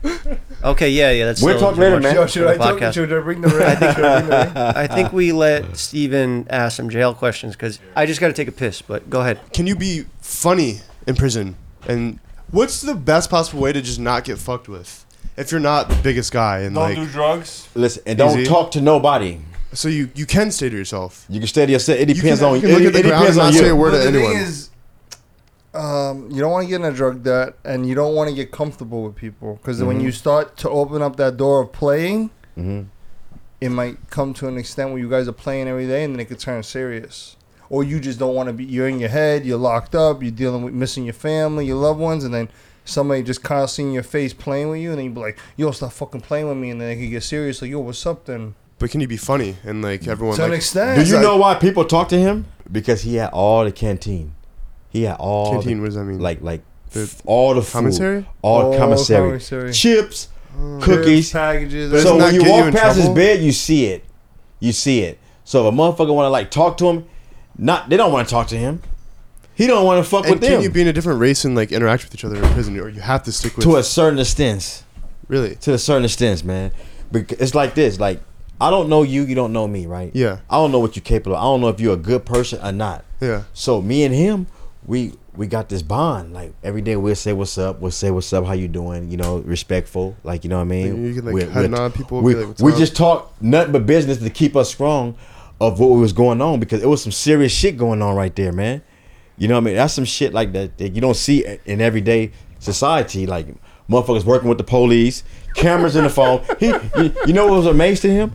Okay, yeah, yeah. That's
We'll
still
talk later,
much
man.
(laughs) Yo, should
for
I
the
talk?
podcast.
Should I bring the ring?
(laughs)
I think should I bring the ring?
I think we let Steven ask some jail questions because I just got to take a piss. But go ahead.
Can you be funny in prison? And what's the best possible way to just not get fucked with? If you're not the biggest guy and
Don't
like,
do drugs.
Listen, and don't
Easy.
talk to nobody.
so you you can stay to yourself.
You can stay to yourself. It
You
depends
can,
on
you. Can look
it,
at the
it
ground
depends
and
on
not say a
you.
word
But
to
the
anyone.
Thing is, um, you don't want to get in a drug debt, and you don't want to get comfortable with people because when
Mm-hmm.
you start to open up that door of playing, it might come to an extent where you guys are playing every day, and then it could turn serious. Or you just don't want to be. You're in your head. You're locked up. You're dealing with missing your family, your loved ones, and then somebody just constantly in your face playing with you, and then you be like, "Yo, stop fucking playing with me," and then they could get serious. Like, "Yo, what's up?" Then
but can you be funny and like everyone
To an
like,
extent.
Do you
like-
know why people talk to him? Because he had all the canteen. He had all the-
Canteen, what does that mean?
Like like
The
f- all the food,
commissary?
all
Oh,
the
All
commissary,
commissary.
chips,
Oh.
Goods,
cookies.
packages.
But
So
doesn't
when
that
you
get you
walk
in
past his
trouble?
bed, you see it. You see it. So if a motherfucker want to like talk to him, not they don't want to talk to him. He don't want to fuck
and
with
can
them
you be in a different race and like interact with each other in prison, or you have to stick with
to a certain extent.
really?
To a certain extent, man. Because it's like this. Like I don't know you, you don't know me, right?
Yeah.
I don't know what you're capable. of. I don't know if you're a good person or not.
Yeah.
So me and him, we we got this bond. Like every day we'll say what's up, we'll say what's up, how you doing, you know, respectful. Like you know what I mean.
You can, like,
We're-
head
we're-
nod people,
We,
be like, "What's
we
up?"
just talk nothing but business to keep us strong of what was going on because it was some serious shit going on right there, man. You know what I mean? That's some shit like that that you don't see in everyday society. Like motherfuckers working with the police, cameras in the phone. He, you, you know what was amazing to him?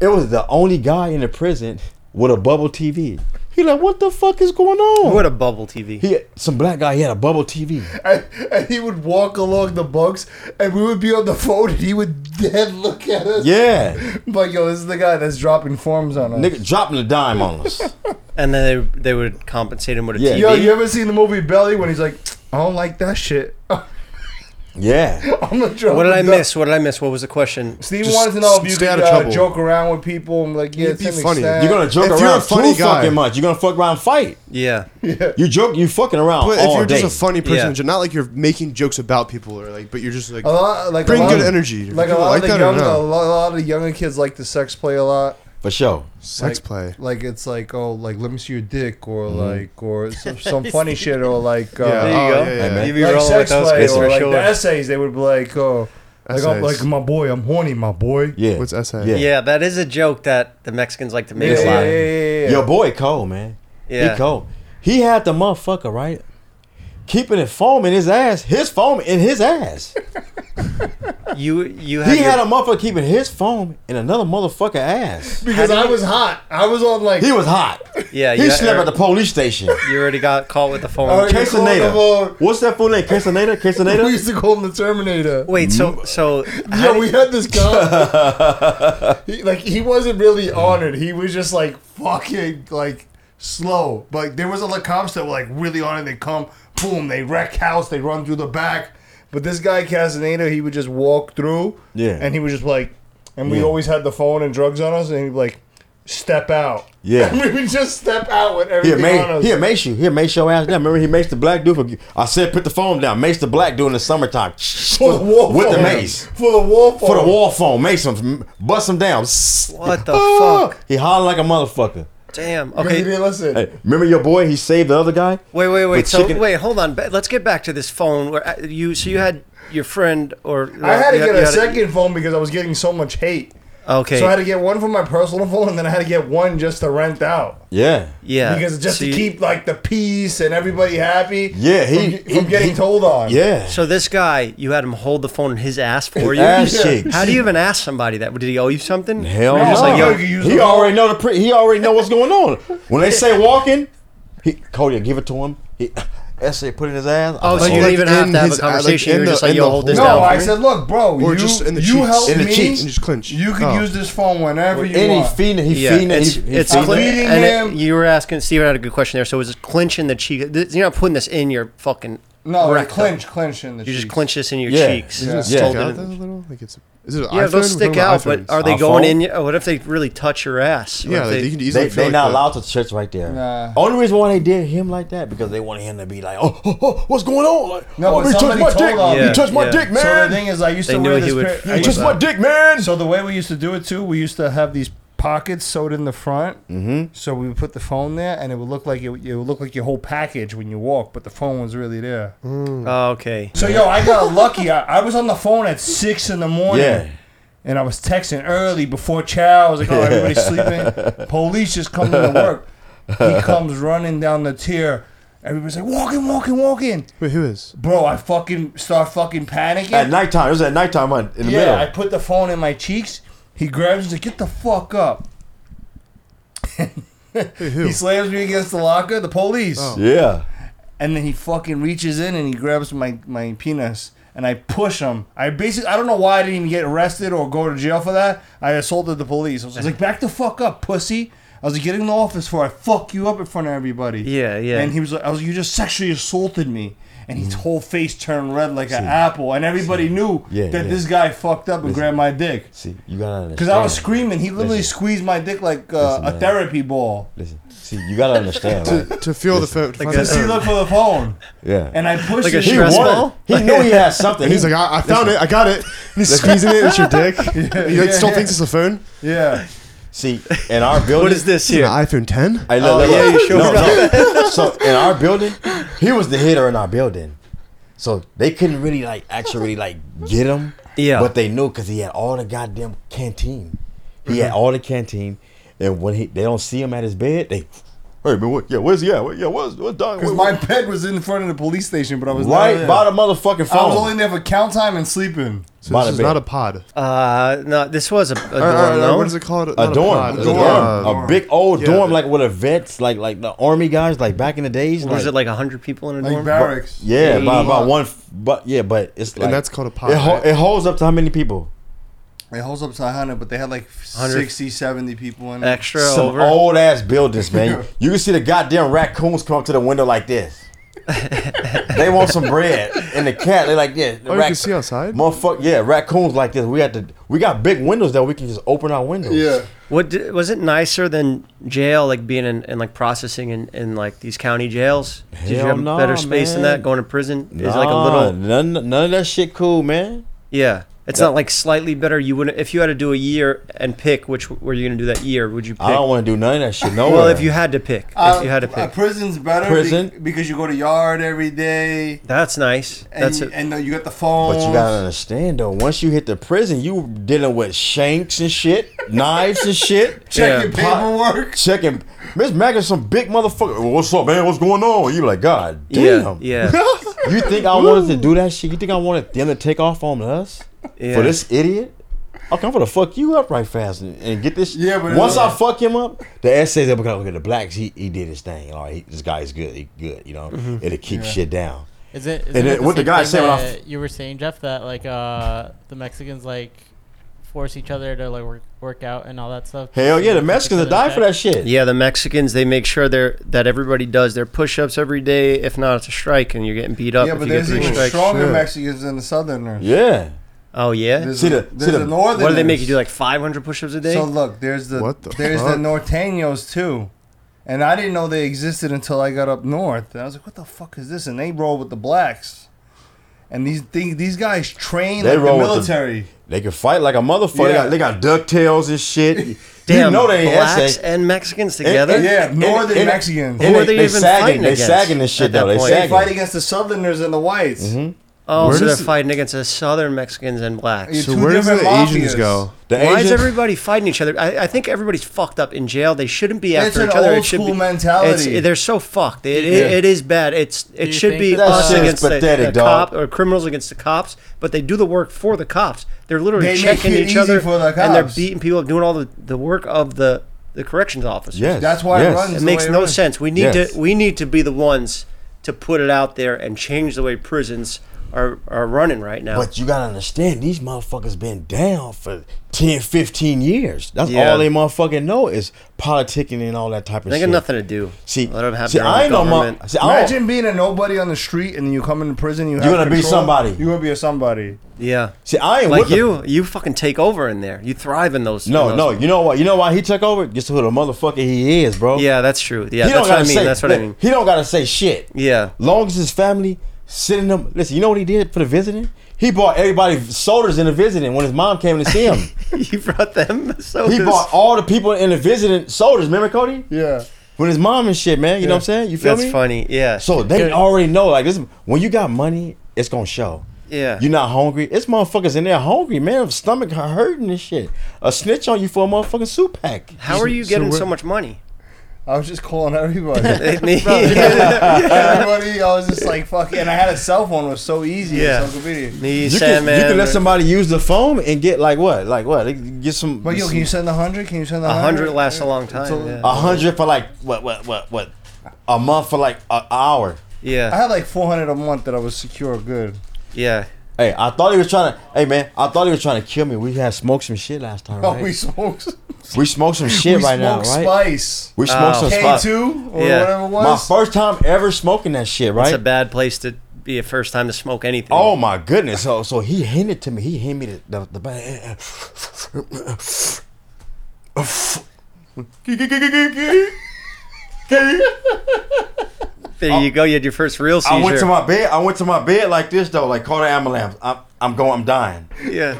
It was the only guy in the prison with a bubble TV. He like, what the fuck is going on?
What a bubble TV.
He some black guy. He had a bubble TV.
and, and he would walk along the bunks, and we would be on the phone, and he would dead look at us.
Yeah,
But yo, this is the guy that's dropping forms on us.
nigga dropping a dime on us.
And then they, they would compensate him with a
Yeah.
TV.
Yo, you ever seen the movie Belly when he's like, I don't like that shit. (laughs) I'm
(laughs)
Yeah,
gonna drop.
What did
a
I
dime."
miss? What did I miss? What was the question?
Steve
Just
wanted to know if you
stay
could
out of
uh,
trouble.
joke around with people. I'm like, yeah,
You'd be
to an
funny.
extent.
you're gonna joke
If
around
you're a funny
too
guy-
fucking much. You're gonna fuck around and fight.
Yeah.
You joke. You fucking around
But if
all
you're
day.
just a funny person,
Yeah.
ju- not like you're making jokes about people or like, but you're just like
a lot, like
bring
a lot
good
of,
energy.
Like a
People
lot of
like
the
that or
younger,
no?
a lot, a lot of the younger kids like the sex play a lot.
For sure.
sex play.
Like it's like, oh, like let me see your dick, or like, or some, some funny shit, or like, uh,
There you
Oh,
go.
Mm-hmm. yeah, yeah,
yeah.
You be
like
rolling with
sex
those
play
guys
or
for
like
sure.
the essays, they would be like, oh, like, I'm,
Essays.
like my boy, I'm horny, my boy.
Yeah.
What's essay?
Yeah.
yeah. that is a joke that the Mexicans like to
yeah,
make. a
yeah, yeah,
lot.
yeah, yeah.
Your boy Cole, man.
Yeah.
He Cole. He had the motherfucker, right? Keeping it foam in his ass. His foam in
(laughs)
his ass.
You you had,
He had
your-
a motherfucker keeping his foam in another
(laughs)
motherfucker ass.
because I was hot. I was on like
He was hot.
yeah
He
you,
slept at the police station.
you already got caught with the phone.
Alright. Call the
Casaneda. What's that fool name? Casaneda?
uh, (laughs) we
Casaneda?
used to call him the Terminator.
Wait, so so how
Yeah,
did-
we had this guy.
(laughs)
he, like he wasn't really honored. He was just like fucking like slow. But there was other cops that were like really on it. They come, boom, they wreck house, they run through the back. But this guy Casaneda, he would just walk through.
Yeah.
And he was just like, and we
Yeah.
always had the phone and drugs on us, and he'd be like, step out.
Yeah.
And (laughs) we would just step out with
He'll
everything on
mace,
us.
he'll mace you. He'll mace your ass down. Remember, he maced the black dude. For, I said, put the phone down. Mace the black dude in the summertime.
for the wall
With the
phone.
mace.
For the wall
For the
phone.
wall phone. Mace him. Bust him down.
What the
Oh.
Ah!
fuck?
He hollered like a motherfucker.
Damn.
Because he
Okay.
didn't listen.
Hey, remember your boy? He saved the other guy.
Wait, wait,
But
wait. So
chicken-
wait, hold on. Ba- Let's get back to this phone. Where uh, you so you had your friend or
I had to
you
get
you
a
had
second phone because I was getting so much hate.
Okay.
So I had to get one for my personal (laughs) phone, and then I had to get one just to rent out
Yeah.
yeah.
because just
So
to
you-
keep like the peace and everybody happy.
Yeah, he-
from, from
he-
getting
he-
told on.
Yeah.
So this guy, you had him hold the phone in his ass for you.
Ass cheeks.
How do you even ask somebody that? Did he owe you something?
Hell
You're just
no.
like,
yo, you use
he
the
already know the pre- he already know what's going on. When they say walking, he Cody give it to him. He (laughs) essay put it in his ass.
Oh, so
Like,
you didn't
like
even have
in
to have a
his- like
conversation. you
in
were
the-
just like,
in
yo,
the
hold this
hole.
down.
No,
for
I
me.
said, look, bro,
Or
you
just in the
you
cheeks.
help
In the
me.
cheeks.
And just clinch.
You could
Oh.
use this phone whenever you
and he
want.
feeding he
Yeah,
feeding
it's,
he, he
it's
feeding
cli-
Feeding
and it-
him.
you were asking Steve had a good question there. So it was clinching the cheek. This- You're not putting this in your fucking.
no, like
rectum.
clinch, clinch in the.
You just
cheeks.
clinch this in your
Yeah.
cheeks.
Yeah.
Does it
Yeah.
stick
Yeah.
out that a little? Like it's. Is it? An
Yeah,
iPhone?
those
We're talking
stick
about
out, but
iPhones.
are they
Our
going
phone?
in? your- What if they really touch your ass? What
Yeah,
if
like you
they,
can easily.
They,
feel
they
like
not
the-
allowed to church right there.
Nah.
Only reason why they did him like that because they wanted him to be like, oh, oh, oh, what's going on? Like,
No,
oh,
but
he touched
somebody
my
told
dick.
him.
You
Yeah,
He touched my
yeah.
dick,
So the
man.
thing is, I used
They
to
knew
wear
he
this.
would
pair-
fuck
I
he
used
touched
to-
my dick, man.
(laughs) So the way we used to do it too, we used to have these pockets sewed in the front. Mm-hmm. So we would put the phone there, and it would look like it, it would look like your whole package when you walk, but the phone was really there.
Oh, okay.
So yo, I got lucky. I, I was on the phone at six in the morning.
yeah.
And I was texting early before chow. I was like, oh, everybody's sleeping. Police just coming to work. He comes running down the tier. Everybody's like, walking, walking, walking.
Wait,
(laughs)
who is?
Bro, I fucking start fucking panicking.
At nighttime, it was at nighttime huh, in the
Yeah,
middle.
I put the phone in my cheeks. He grabs me, he's like, get the fuck up. (laughs) He slams me against the locker,
Oh.
the police.
yeah.
And then he fucking reaches in and he grabs my, my penis. and I push him. I basically I don't know why I didn't even get arrested or go to jail for that. I assaulted the police. I was like, back the fuck up, pussy. I was like, get in the office for I fuck you up in front of everybody.
Yeah, yeah. Mm.
And he was like, I was like, you just sexually assaulted me. And his whole face turned red like an apple, and everybody knew
Yeah,
that
yeah.
this guy fucked up and grabbed my dick.
See, you gotta understand.
Because I was screaming. He literally
Listen.
squeezed my dick like uh,
Listen,
a
man.
therapy ball.
Listen, see, you gotta
(laughs)
understand. like,
to feel the phone.
Like
Because he looked for the phone.
yeah.
And I
(laughs)
pushed
Like a
it.
he
stress
wanted-
ball?
He knew he had something.
And he's like, I, I found it. I got
(laughs)
it. And he's squeezing it. It's your dick. he like,
yeah,
still
yeah.
thinks it's a phone.
Yeah.
see, in our building.
What is this
An
here?
iPhone 10.
Oh,
I look, look,
yeah,
look.
you showed
no, no. (laughs) So in our building, he was the hitter in our building. So they couldn't really like actually really, like get him.
Yeah.
But they knew because he had all the goddamn canteen. He had all the canteen, and when he they don't see him at his bed, they, hey man, what, yeah, where's he at? Where- yeah, what's what's Don?
Because (laughs) my bed was in front of the police station, but I was
right
not there.
by the motherfucking phone.
I was only there for count time and sleeping.
So
By
this
the
is
bed.
not a pod.
Uh, no, this was a, a
Or- or-
dorm,
or
no?
What is it called?
a
Not
dorm,
pod,
a,
dorm.
dorm.
Uh,
a big old
Yeah,
dorm,
the-
like with the vets, like like the army guys, like back in the days.
was it like 100 people in a
Like
dorm?
barracks.
Yeah,
Yeah, by
yeah.
about one, f- but yeah, but it's like,
And that's called a pod.
It, ho-
right?
it holds up to how many people?
It holds up to 100, but they had like
100.
60, 70 people in it.
Extra
Some
over.
old ass buildings,
(laughs)
man. you can see the goddamn raccoons come up to the window
(laughs)
like this. they want some bread, and the cat they like yeah. The
Oh, you
rac-
can see outside.
Motherfuck- yeah, raccoons like this. We got to, we got big windows that we can just open our windows.
Yeah.
What di- was it nicer than jail? Like being in, in like processing in, in like these county jails? Did you
Hell
have
nah,
better space than
man.
that? Going to prison is like a
Nah,
little
none, none of that shit cool, man.
yeah. It's
Yeah.
not like slightly better. You wouldn't if you had to do a year and pick which were you going to do that year. Would you pick?
I don't want to do none of that shit. No,
well, if you had to pick,
Uh,
if you had to
uh,
pick,
prison's better be-
Prison?
because you go to yard every day.
that's nice.
And,
that's
you,
it.
and uh, you got the phone.
But you gotta understand though, once you hit the prison, you dealing with shanks and shit, knives and shit.
check your
Yeah.
paperwork.
Checking Miss Maggie's some big motherfucker. What's up, man? What's going on? You like, God
yeah,
damn.
yeah,
(laughs) You think I wanted to do that shit? You think I wanted them to take off on us?
yeah.
For this idiot? Okay, I'm gonna fuck you up right fast and, and get this.
Yeah, but it
once I
was-
fuck him up, the essays that because look at the blacks, he, he did his thing. All right, he, this guy's good. He good, you know. It'll keep shit down.
Is it? Is
And
it
then what the
same
guy
thing
said when I
that you were saying, Jeff, that like uh, the Mexicans like force each other to like work, work out and all that stuff.
Hell yeah, the
Like,
Mexicans are
to
dying for that shit.
Yeah, the Mexicans they make sure they're that everybody does their push-ups every day. If not, it's a strike, and you're getting beat up.
Yeah,
if
but
you get
there's
three
even
strikes.
stronger
Sure.
Mexicans than the Southerners.
Yeah.
Oh yeah.
There's,
See the-
a,
see
there's
the-
a
what
Northerners.
What do they make you do? Like 500 push-ups a day?
So look, there's the,
What the
there's
fuck?
the Norteños too, and I didn't know they existed until I got up north. And I was like, what the fuck is this? And they roll with the blacks, and these these, these guys train
They
like
roll
the
with the-
military.
They can fight like a motherfucker. They,
Yeah.
got, they got ducktails and
(laughs)
shit.
Damn,
you know they ain't
blacks
essay.
and Mexicans together.
and-
Eh, yeah,
and-
northern
and-
Mexicans.
Who
and
are they even
sagging,
fighting
They
against
sagging this
at
shit
that
though. They
point? They
They fight
sagging.
against the Southerners and the whites.
oh,
Mm-hmm.
Where
so they're
does it-
fighting against the southern Mexicans and blacks.
It's
So
two
where does the
different
Asians
mafias.
go?
The
Why is
Asian-
everybody fighting each other? I, I think everybody's fucked up in jail. They shouldn't be
It's
after
an
each other.
old
it should
school
be,
mentality.
It's, they're so fucked. It, it-
Yeah.
it is bad. It's it
you
should
think
be
that-
us
That shit is
against the-
pathetic,
the,
dog.
cop or criminals against the cops, but they do the work for the cops. They're literally
They make
checking
it
each
easy
other
for the
and they're
cops.
beating people, doing all the, the work of the the corrections officers.
Yes,
That's why it
yes.
runs.
It makes
way
no
around.
sense. We need
Yes.
to we need to be the ones to put it out there and change the way prisons are are running right now.
But you gotta understand, these motherfuckers been down for 10, 15 years. That's
Yeah.
all they motherfucking know is politicking and all that type of
they
shit.
got nothing to do.
See,
let them have
see,
their
I
own
ain't no mo-
government.
see, I don't-
Imagine being a nobody on the street and you come into prison. You have
gonna be
control.
somebody.
You're gonna be a somebody.
yeah,
See, I ain't
like
with the-
you, you fucking take over in there. You thrive in those.
No,
in
no.
those-
You know what? You know why he took over? Guess who the motherfucker he is, bro.
Yeah, that's true. Yeah,
He don't
that's what I
gotta
mean.
say.
that's what I mean.
He don't gotta say shit.
Yeah, (laughs)
Long as his family sending him. Listen, you know what he did for the visiting? He bought everybody sodas in the visiting when his mom came to see
(laughs)
him.
you brought them. So
he bought all the people in the visiting sodas. Remember Cody?
Yeah.
When his mom and shit, man. You know what I'm saying? You feel
That's
me?
funny. Yeah.
So they already know. Like this, when you got money, it's gonna show.
yeah.
You're not hungry. It's motherfuckers in there hungry, man. Stomach hurting and shit. A snitch on you for a motherfucking soup pack.
How are you getting so,
we're-
much
(laughs)
money?
I was just calling everybody. (laughs)
(laughs) me,
everybody, I was just like, fuck. And I had a cell phone. It was so easy.
Yeah.
Yeah. So convenient.
me,
You can,
Sandman.
you can let somebody use the phone and get like what? Like what? They can Get some
But yo, can you send a hundred? Can you send a
a hundred
hundred?
lasts a long time.
So-
yeah.
a hundred for like what what what what a month for like an hour.
I
yeah,
had like four hundred a month that I was secure good. (laughs)
yeah.
Hey, I thought he was trying to. Hey, man, I thought he was trying to kill me. We had smoked some shit last time,
Oh,
right?
we smoked.
we smoked some
We
shit right now,
smoked
right?
spice.
We smoked
Oh.
some
K
spice.
two or
Yeah.
whatever it
My
was.
first time ever smoking that shit,
It's
right?
a bad place to be a first time to smoke anything.
Oh my goodness! So so he handed to me. He handed me the the, the bag.
there you go. You had your first real seizure.
I went to my bed. I went to my bed like this though. Like call the ambulance. I'm I'm going. I'm dying.
yeah.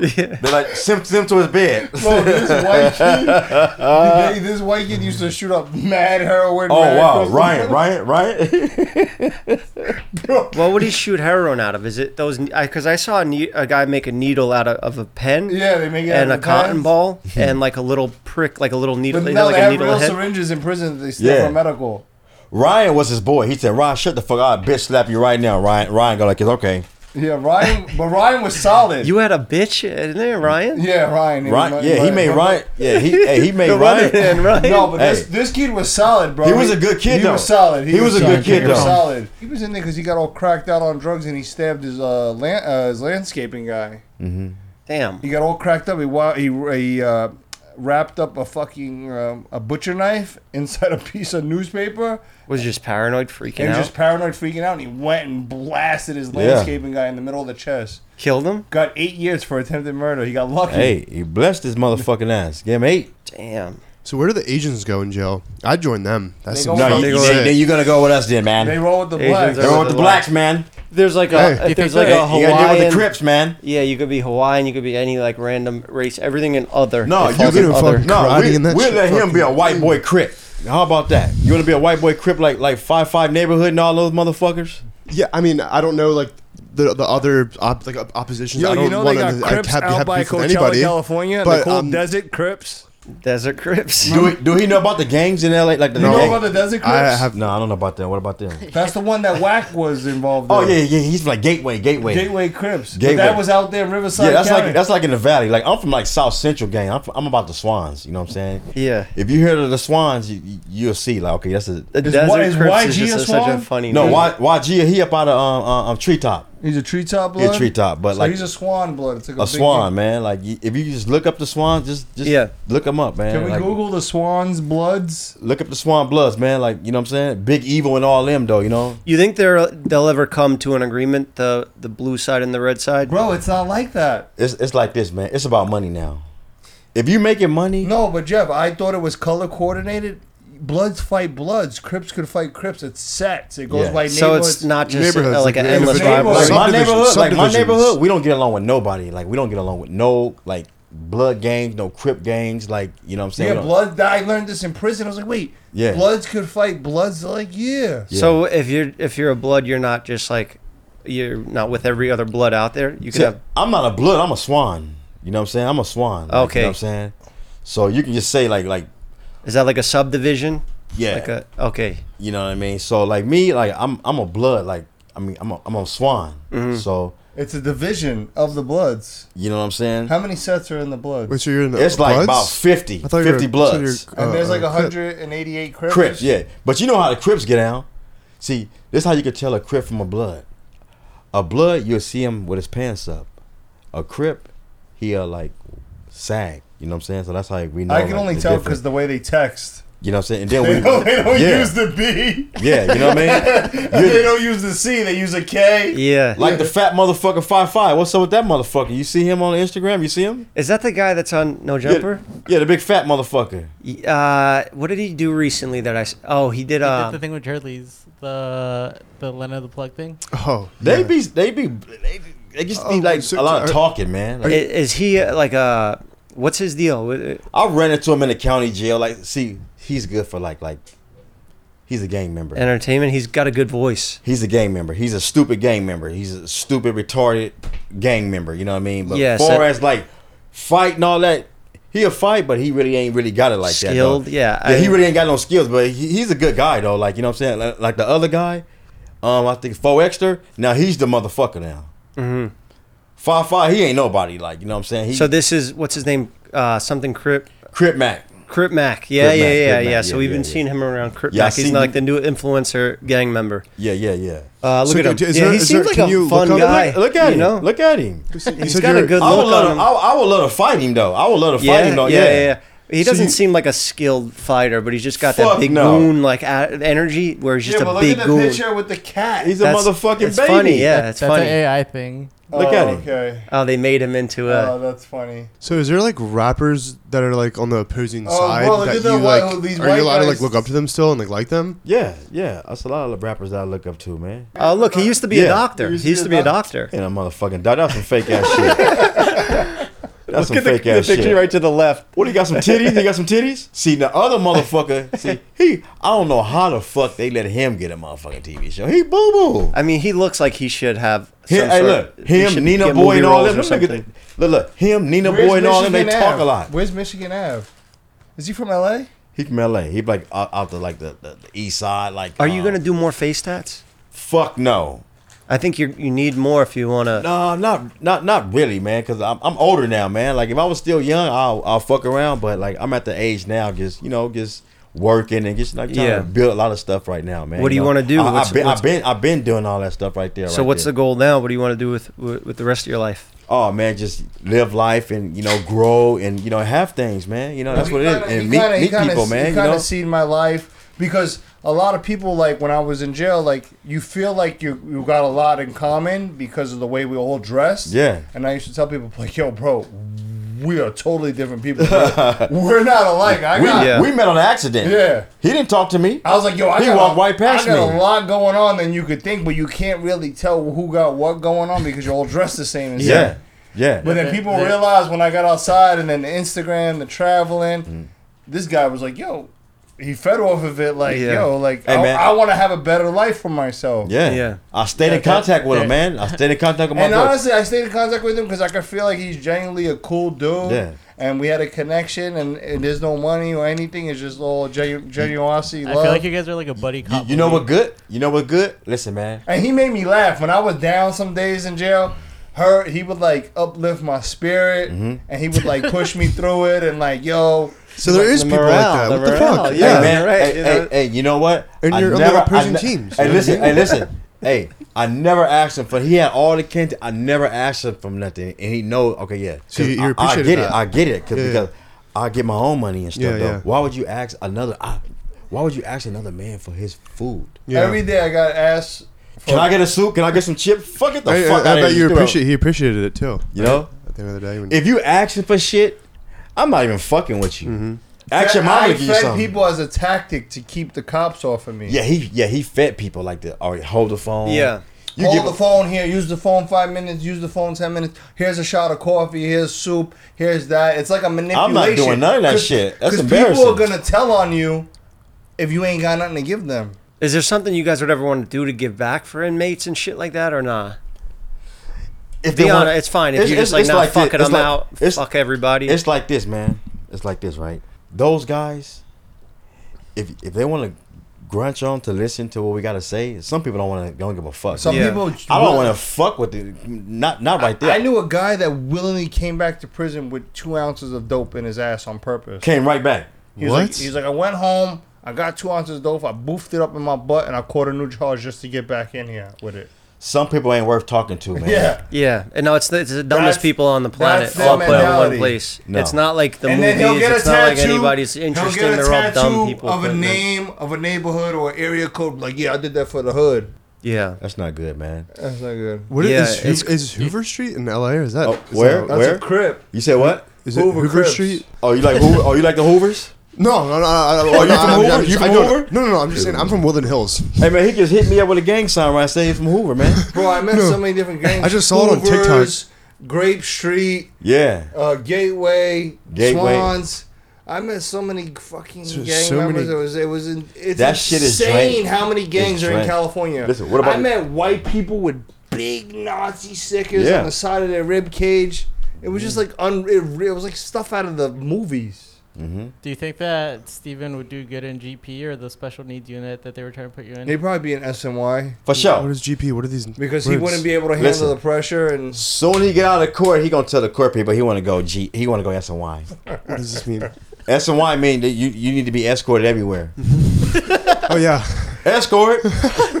yeah.
They're like send send him to his
(laughs)
bed.
Bro, this white kid, Hey, this white kid used to shoot up mad
(laughs)
heroin.
Oh
right
wow,
across the-
Ryan, Ryan, Ryan. (laughs)
What would he shoot heroin out of? Is it those? Because I, saw a, ne- a guy make a needle out of, of a pen.
Yeah, they make it out
and a
of
cotton
pens.
ball and like a little prick, like a little needle,
But
you
now
know, like
they
a
have
needle
real
head.
syringes in prisons. They steal
Yeah.
from medical.
Ryan was his boy. He said, "Ryan, shut the fuck up, bitch, slap you right now." Ryan, Ryan go like, "It's okay."
Yeah, Ryan. but Ryan was solid.
You had a bitch in there, Ryan.
yeah, Ryan.
Ryan, yeah, he made Ryan. Yeah, he hey,
(laughs)
he (laughs) made
The running
Ryan.
man, right?
No, but this,
Hey.
this kid was solid, bro.
He was a good kid,
he
though.
was solid.
He was a
solid.
good kid,
He was
though.
solid. He was in there because he got all cracked out on drugs and he stabbed his uh, land, uh his landscaping guy.
Damn.
He got all cracked up. He wa- he he uh, wrapped up a fucking um, a butcher knife inside a piece of newspaper
Was just paranoid, freaking
and
out.
just paranoid, freaking out. And he went and blasted his landscaping guy in the middle of the chest.
Killed him.
Got eight years for attempted murder. He got lucky.
Hey, he blessed his motherfucking ass. Game eight.
Damn.
So where do the Asians go in jail? I joined them. That's
They
some
go-
No,
fucking
you,
Nigga,
then,
shit.
then you're gonna go with us, then, man.
They roll with the
Asians
blacks.
are-
They're with the blacks, man.
There's like
Hey.
a
You
if there's like a
You gotta deal with
Hawaiian.
the Crips, man.
Yeah, you could be Hawaiian. You could be any like random race. Everything in other.
No,
It
you
falls
get
in
a
other.
fucking-
No,
Karate
we,
and that
we'll
shit
let him
fucking-
be a white boy Crip. How about that? You wanna be a white boy Crip like like five five neighborhood and all those motherfuckers?
Yeah, I mean, I don't know like the the other op, like op- oppositions.
Yo,
I don't
you know they
wanna,
got
I'd
Crips
have- be
out
happy
by
for
Coachella,
anybody,
California.
but,
they call
um,
Desert Crips.
Desert Crips.
Do he, do he know about the gangs in LA? Like the
You know
gang-
about the Desert Crips?
I have
No, I don't know about that. What
(laughs)
about them?
That's the one that Whack was involved in.
oh yeah, yeah, he's like Gateway, Gateway.
Gateway Crips.
Gateway.
But that was out there in Riverside
Yeah, that's
County.
like that's like in the valley. Like I'm from like South Central gang. I'm, from, I'm about the Swans. You know what I'm saying?
Yeah.
If you hear of the Swans, you, you- you'll see. Like okay, that's a
(laughs) The
Is
Desert
Y- is
Crips is
YG
just
a
a- such a
swan?
funny.
no.
name.
Why YG he up out of um, um, um treetop.
he's a treetop
He
blood.
a treetop, but
So
like
he's a swan blood. It's like a,
a
big
swan,
thing.
man. Like you- if you just look up the swans, just just
Yeah.
look them up, man.
Can we
Like,
Google the swans bloods?
Look up the swan bloods, man. Like you know what I'm saying. Big evil and all them though. You know.
You think they're they'll ever come to an agreement? The the blue side and the red side.
Bro, it's not like that.
It's it's like this, man. It's about money now. If you making money,
No, but Jeff, I thought it was color coordinated. Bloods fight bloods. Crips could fight Crips. It's sets. It goes
Yeah.
by
So it's
neighborhoods.
not just
Neighborhoods,
uh, like an
like
endless
individual
rivalry.
like my
Subdivisions,
neighborhood, like my
subdivisions.
neighborhood, we don't get along with nobody. Like we don't get along with no like blood gangs, no crip gangs. Like you know what I'm saying.
yeah,
We don't-
bloods. I learned this in prison. I was like, wait,
Yeah.
bloods could fight bloods. Like, yeah.
So if you're if you're a blood, you're not just like you're not with every other blood out there. You could
See,
have
I'm not a blood. I'm a swan. You know what I'm saying? I'm a swan. like,
Okay.
You know what I'm saying? So you can just say like like
is that like a subdivision?
yeah.
Like a okay.
you know what I mean? So like me, like I'm I'm a blood. Like I mean I'm a, I'm a swan.
Mm-hmm.
So
It's a division of the bloods.
you know what I'm saying?
How many sets are in the bloods?
Wait, so you're in the
it's like about
Bloods?
50,
I thought you
50
were- so
bloods.
you're,
and
uh,
there's like
uh, Crip.
188 Crips.
Crips, yeah. But you know how the Crips get down. See, this how you can tell a Crip from a Blood. A Blood, you'll see him with his pants up. A Crip, he'll like sag. You know what I'm saying? So that's how we know.
I can
like,
only
the
tell
difference.
because the way
(laughs)
they text.
you know what I'm saying. And then
(laughs) They
we,
don't, they don't
yeah,
use the B.
yeah, you know what
(laughs)
I mean.
they
You're-
don't use the C. They use a K.
Yeah.
like the fat motherfucker five five. What's up with that motherfucker? You see him on Instagram? You see him?
Is that the guy that's on No Jumper?
Yeah, the big fat motherfucker.
Y- Uh, what did he do recently that I? s- Oh, he did.
He
Uh,
did the thing with Charlie's, the the Len of the Plug thing.
Oh,
They
yeah.
be they be they, they just be
Oh,
like
so-
a lot of
are-
talking, man. Like,
i- is he uh, like uh What's his deal? With- uh,
I ran into him in the county jail. Like, see, he's good for like, like, he's a gang member.
Entertainment. He's got a good voice.
he's a gang member. He's a stupid gang member. He's a stupid retarded gang member. You know what I mean? But
Yeah,
far
so-
as like fighting all that, he'll fight, but he really ain't really got it like
Skilled,
that. though.
yeah,
he
I-
really ain't got no skills, but he, he's a good guy though. Like you know what I'm saying? Like, like the other guy, um, I think Fo Exter. Now he's the motherfucker now.
Mm-hmm.
Five five, he ain't nobody. Like you know what I'm saying? He,
So this is what's his name? Uh, something Crip.
Crip Mac.
Crip Mac. Yeah,
Crip
yeah,
Mac,
yeah,
Crip Mac,
yeah.
yeah,
So we've
yeah,
been
yeah.
seeing him around Crip
Yeah, I
Mac. He's
seen
like
you-
the new influencer gang member.
Yeah, yeah, yeah.
Uh, look
So
at
do-
him.
is
Yeah,
there-
he seems
is there-
like
can
a
you
fun
look up-
guy.
Look, look at
you
him.
know?
Look at him.
You
He's
said
got a
you're-
good
I would
look
love.
on
To,
him.
I, I would love to fight him though. I would love to fight
yeah,
him though.
yeah,
Yeah,
yeah, yeah. He
So
doesn't
you-
seem like a skilled fighter, but he's just got that
Fuck
big
no.
goon like a- energy where he's just
yeah, but
a
look at
big
the
goon.
picture with the cat.
He's a
That's-
motherfucking
it's
baby.
funny, yeah. That's
that's an
funny.
AI thing.
Look
oh,
at him.
Okay.
Oh, they made him into
Oh,
a.
that's funny.
So is there like rappers that are like on the opposing
Oh,
side
well, look
that
at the
you
white-
like?
these
Are
white
you allowed to like
guys.
look up to them still and like like them?
yeah, yeah. That's a lot of rappers that I look up to, man.
Oh, look, he used to be a
Yeah.
doctor. He used to be a doctor.
And a motherfucking dog. That's some fake ass
(laughs)
shit. That's some fake ass shit.
to the left.
What he got some titties? He got some titties? See the other
(laughs)
motherfucker. See he. I don't know how the fuck they let him get a motherfucking TV show. He boo boo.
I mean, he looks like he should have. Some
Him, hey,
sort
look,
of- he
him,
should
Nina
get
Boy,
movie
and all
roles
them.
or
Look, at
something.
the- look, look, him, Nina Boy, and all them. They
Michigan
talk
Ave?
a lot.
Where's Michigan Ave? Is he from LA?
He from LA. He like out, out the like the, the, the east side. Like,
Are you
uh,
gonna do more face tats?
Fuck no.
I think you you need more if you wanna.
No, not not not really, man. Cause I'm I'm older now, man. Like if I was still young, I'll I'll fuck around. But like I'm at the age now, just you know, just working and just like trying
Yeah.
to build a lot of stuff right now, man.
What do you
know?
wanna do?
I,
What's-
have been
what's-
I've been I've been doing all that stuff right there.
so what's the goal now? What do you want to do with with with the rest of your life?
the oh man? Just live life and you know grow and you know have things, man. You know that's what it is. And meet, meet people, man.
He
You
kind
know.
of seen my life because a lot of people, like when I was in jail, like you feel like you you got a lot in common because of the way we all dressed.
Yeah.
And I used to tell people, like, yo, bro, we are totally different
(laughs)
people. bro. We're not alike. I
We,
got.
Yeah.
we met on an accident.
Yeah.
He didn't talk to me.
I was like, yo, I
He
got,
walked
a,
right past
I got
me.
a lot going on than you could think, but you can't really tell who got what going on because you're all dressed the same. And
Yeah.
stuff.
Yeah.
But then people realized when I got outside and then the Instagram, the traveling,
Mm.
this guy was like, yo, he fed off of it like,
Yeah.
yo, like,
Hey,
I,
man.
I want to have a better life for myself.
Yeah.
Yeah.
I stayed in contact with him, man. I stayed in contact with my
And
brother.
honestly, I stayed in contact with him because I could feel like he's genuinely a cool dude.
Yeah.
And we had a connection, and, and there's no money or anything. It's just all genu- genuosity,
I
love.
feel like you guys are like a buddy
You,
cop.
you know
movie.
what good? You know what good? Listen, man.
And he made me laugh when I was down some days in jail. Her, he would like uplift my spirit,
Mm-hmm.
and he would like push me through it, and like, yo,
So there is
the
people
morale,
like that.
the
what the
morale,
fuck?
yeah.
hey,
man.
man.
right,
Hey,
you
hey,
know?
hey, you know what?
And you're on the opposing
I
teams,
Hey,
you know
listen.
what I
Hey, listen. hey, I never asked him for. He had all the candy. I never asked him for nothing, and he know. Okay, yeah.
So
'Cause
you- you're
I, I
appreciative
get
of
it.
that.
I get it 'cause-
Yeah, yeah.
because I get my own money and stuff.
Yeah,
though.
yeah.
Why would you ask another? I, why would you ask another man for his food?
Yeah.
every day I got asked.
Can I get a soup? Can I get some chip? Fuck it, the
I,
fuck.
I,
out
I
of here.
bet you
Just throw it.
appreciate. He appreciated it too.
You know.
At the end of the day, when
If you asking for shit, I'm not even fucking with you.
Mm-hmm.
Ask your mom
I
to give you
fed
something.
people as a tactic to keep the cops off of me.
Yeah, he yeah he fed people like that. All right, hold the phone.
Yeah.
you
Hold
give
the
a-
phone here. Use the phone five minutes. Use the phone ten minutes. Here's a shot of coffee. Here's soup. Here's that. It's like a manipulation.
doing none of that
'Cause-
shit. That's
'cause
embarrassing.
People are gonna tell on you if you ain't got nothing to give them.
Is there something you guys would ever want to do to give back for inmates and shit like that or nah?
if
Be
they want-
honest, it's fine if you're just like
it's
not
thi-
fucking
it's
them
like-
out,
It's,
fuck everybody.
it's like this, man. It's like this, right? Those guys, if if they want to grunch on to listen to what we gotta say, some people don't want to. Don't give a fuck.
Some
Yeah.
people.
I don't want to fuck with it. Not not right there.
I knew a guy that willingly came back to prison with two ounces of dope in his ass on purpose.
Came right back.
He was
What?
Like, he's like, I went home, I got two ounces of dope, I boofed it up in my butt, and I caught a new charge just to get back in here with it.
Some people ain't worth talking to, man.
Yeah.
yeah, and no, it's the, it's the dumbest
That's-
people on the planet
that's their
all put in one
mentality.
place.
No.
It's not like the
and
movies.
then he'll get a
it's not like
tattoo.
anybody's interesting. They're all dumb people.
of a
but, uh,
name of a neighborhood or area code. Like, yeah, I did that for the hood.
Yeah,
that's not good, man.
That's not good.
what is
Yeah,
is, Hoo-
it's-
is Hoover Street in L.A. or is that
Oh,
is
where?
that-
That's
Where?
a crip.
You said what?
is it
Hoover
Hoover,
Crips.
Street?
Oh, you like Hoover? Oh, you like the Hoovers?
No, no, no. I, I,
Are you
I,
from
Oh,
I'm-
Hoover?
I'm just-
You
I
from
go to-
Hoover?
No, no, no. I'm just saying. I'm from Woodland Hills.
Hey man, he just hit me up with a gang sign right saying from Hoover,
(laughs)
man.
Bro, I met so many different gangs.
I just saw it on TikTok.
Grape Street,
Yeah.
uh, Gateway,
Gateway.
Swans. I met so many fucking
So-
gang
so
members.
many-
It was it was in, it's
That shit is
insane
drained.
how many gangs
It's
are in
drained.
California.
Listen, what about
I
the-
met white people with big Nazi stickers
Yeah. Mm.
on the side of their rib cage. It was just like un- it, re- it was like stuff out of the movies.
hmm
Do you think that Steven would do good in GP or the special needs unit that they were trying to put you in?
He'd probably be an SNY
For
What
sure.
is GP? What are these?
because he
words?
wouldn't be able to handle
Listen.
the pressure and
Soon he get out of court, he gonna tell the court people he want to go G. He want to go S and Y.
What does
(laughs)
this mean?
S and Y mean that you you need to be escorted
(laughs)
everywhere.
Oh yeah,
Escort,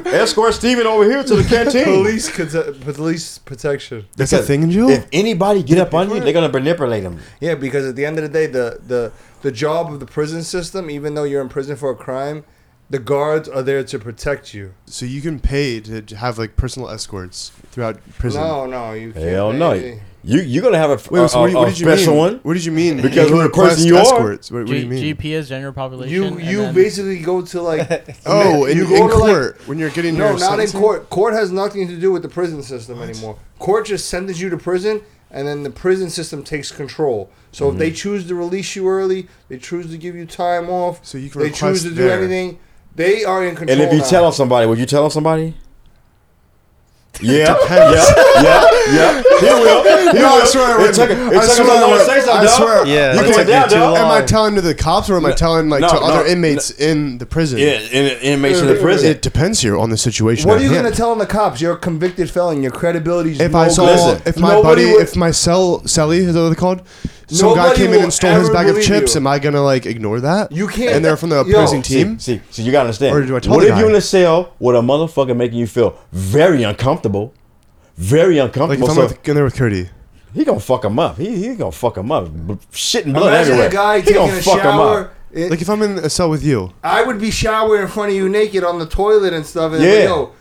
escort Steven over here to the canteen.
police conte- police protection.
that's a
Because
thing in jail.
If anybody get up on you, they're gonna manipulate him.
Yeah, because at the end of the day, the the the job of the prison system, even though you're in prison for a crime, the guards are there to protect you.
so you can pay to have like personal escorts throughout prison.
No, no, you can't.
Hell no.
baby.
You you gonna have a,
Wait, so
a-
what, do you-
a
what did you
Uh, special
mean?
one?
What did you mean?
Because
You
of the person
request
you are?
escorts. What, what do you mean?
G- GP is general population.
You
and
you
then-
basically go to like
(laughs) Oh, in,
you
in
to, like-
court when you're getting
no,
your
not in
sentencing?
court. Court has nothing to do with the prison system anymore. Court just sentences you to prison, and then the prison system takes control. So if
Mm-hmm.
they choose to release you early, they choose to give you time off.
So you can
they choose
request
to do
there.
anything. They are in control.
And if you
now.
tell on somebody, would you tell on somebody? Yeah, yeah, yeah, yeah. He will. He
(laughs) No,
will.
I swear I
It
wouldn't.
took, it
I
took
swear
him
I
a long to
wouldn't.
say something.
I
dog.
Yeah,
swear.
you
that
going
took you
down,
too
dog.
long.
Am I telling to the cops or am I telling like
no,
to other
no.
inmates in the prison?
Yeah, and inmates in the prison.
It depends here on the situation.
What
at
are you
hand.
gonna tell on the cops? You're a convicted felon. Your credibility's
If
no
I saw,
good.
Listen,
if my
nobody
buddy,
would-
if my cell, celly, is that what they're called? Some guy
Nobody
came in
will
and stole his
ever
bag of
believe
chips.
you.
Am I gonna like ignore that?
You can't-
And they're from the
Yo.
opposing
See,
team.
See, see, you gotta understand.
Or do I tell
what
the
if
guy?
you in a cell with a motherfucker making you feel very uncomfortable, very
Like
uncomfortable?
if I'm
so
with, in there with Cody,
he gonna fuck him up. He he gonna fuck him up. B- Shit and blood
Imagine
everywhere.
a guy
he
taking
gonna
a
fuck him
shower.
up.
It-
like if I'm in a cell with you,
I would be showering in front of you naked on the toilet and stuff. And
Yeah.
yeah. Yo,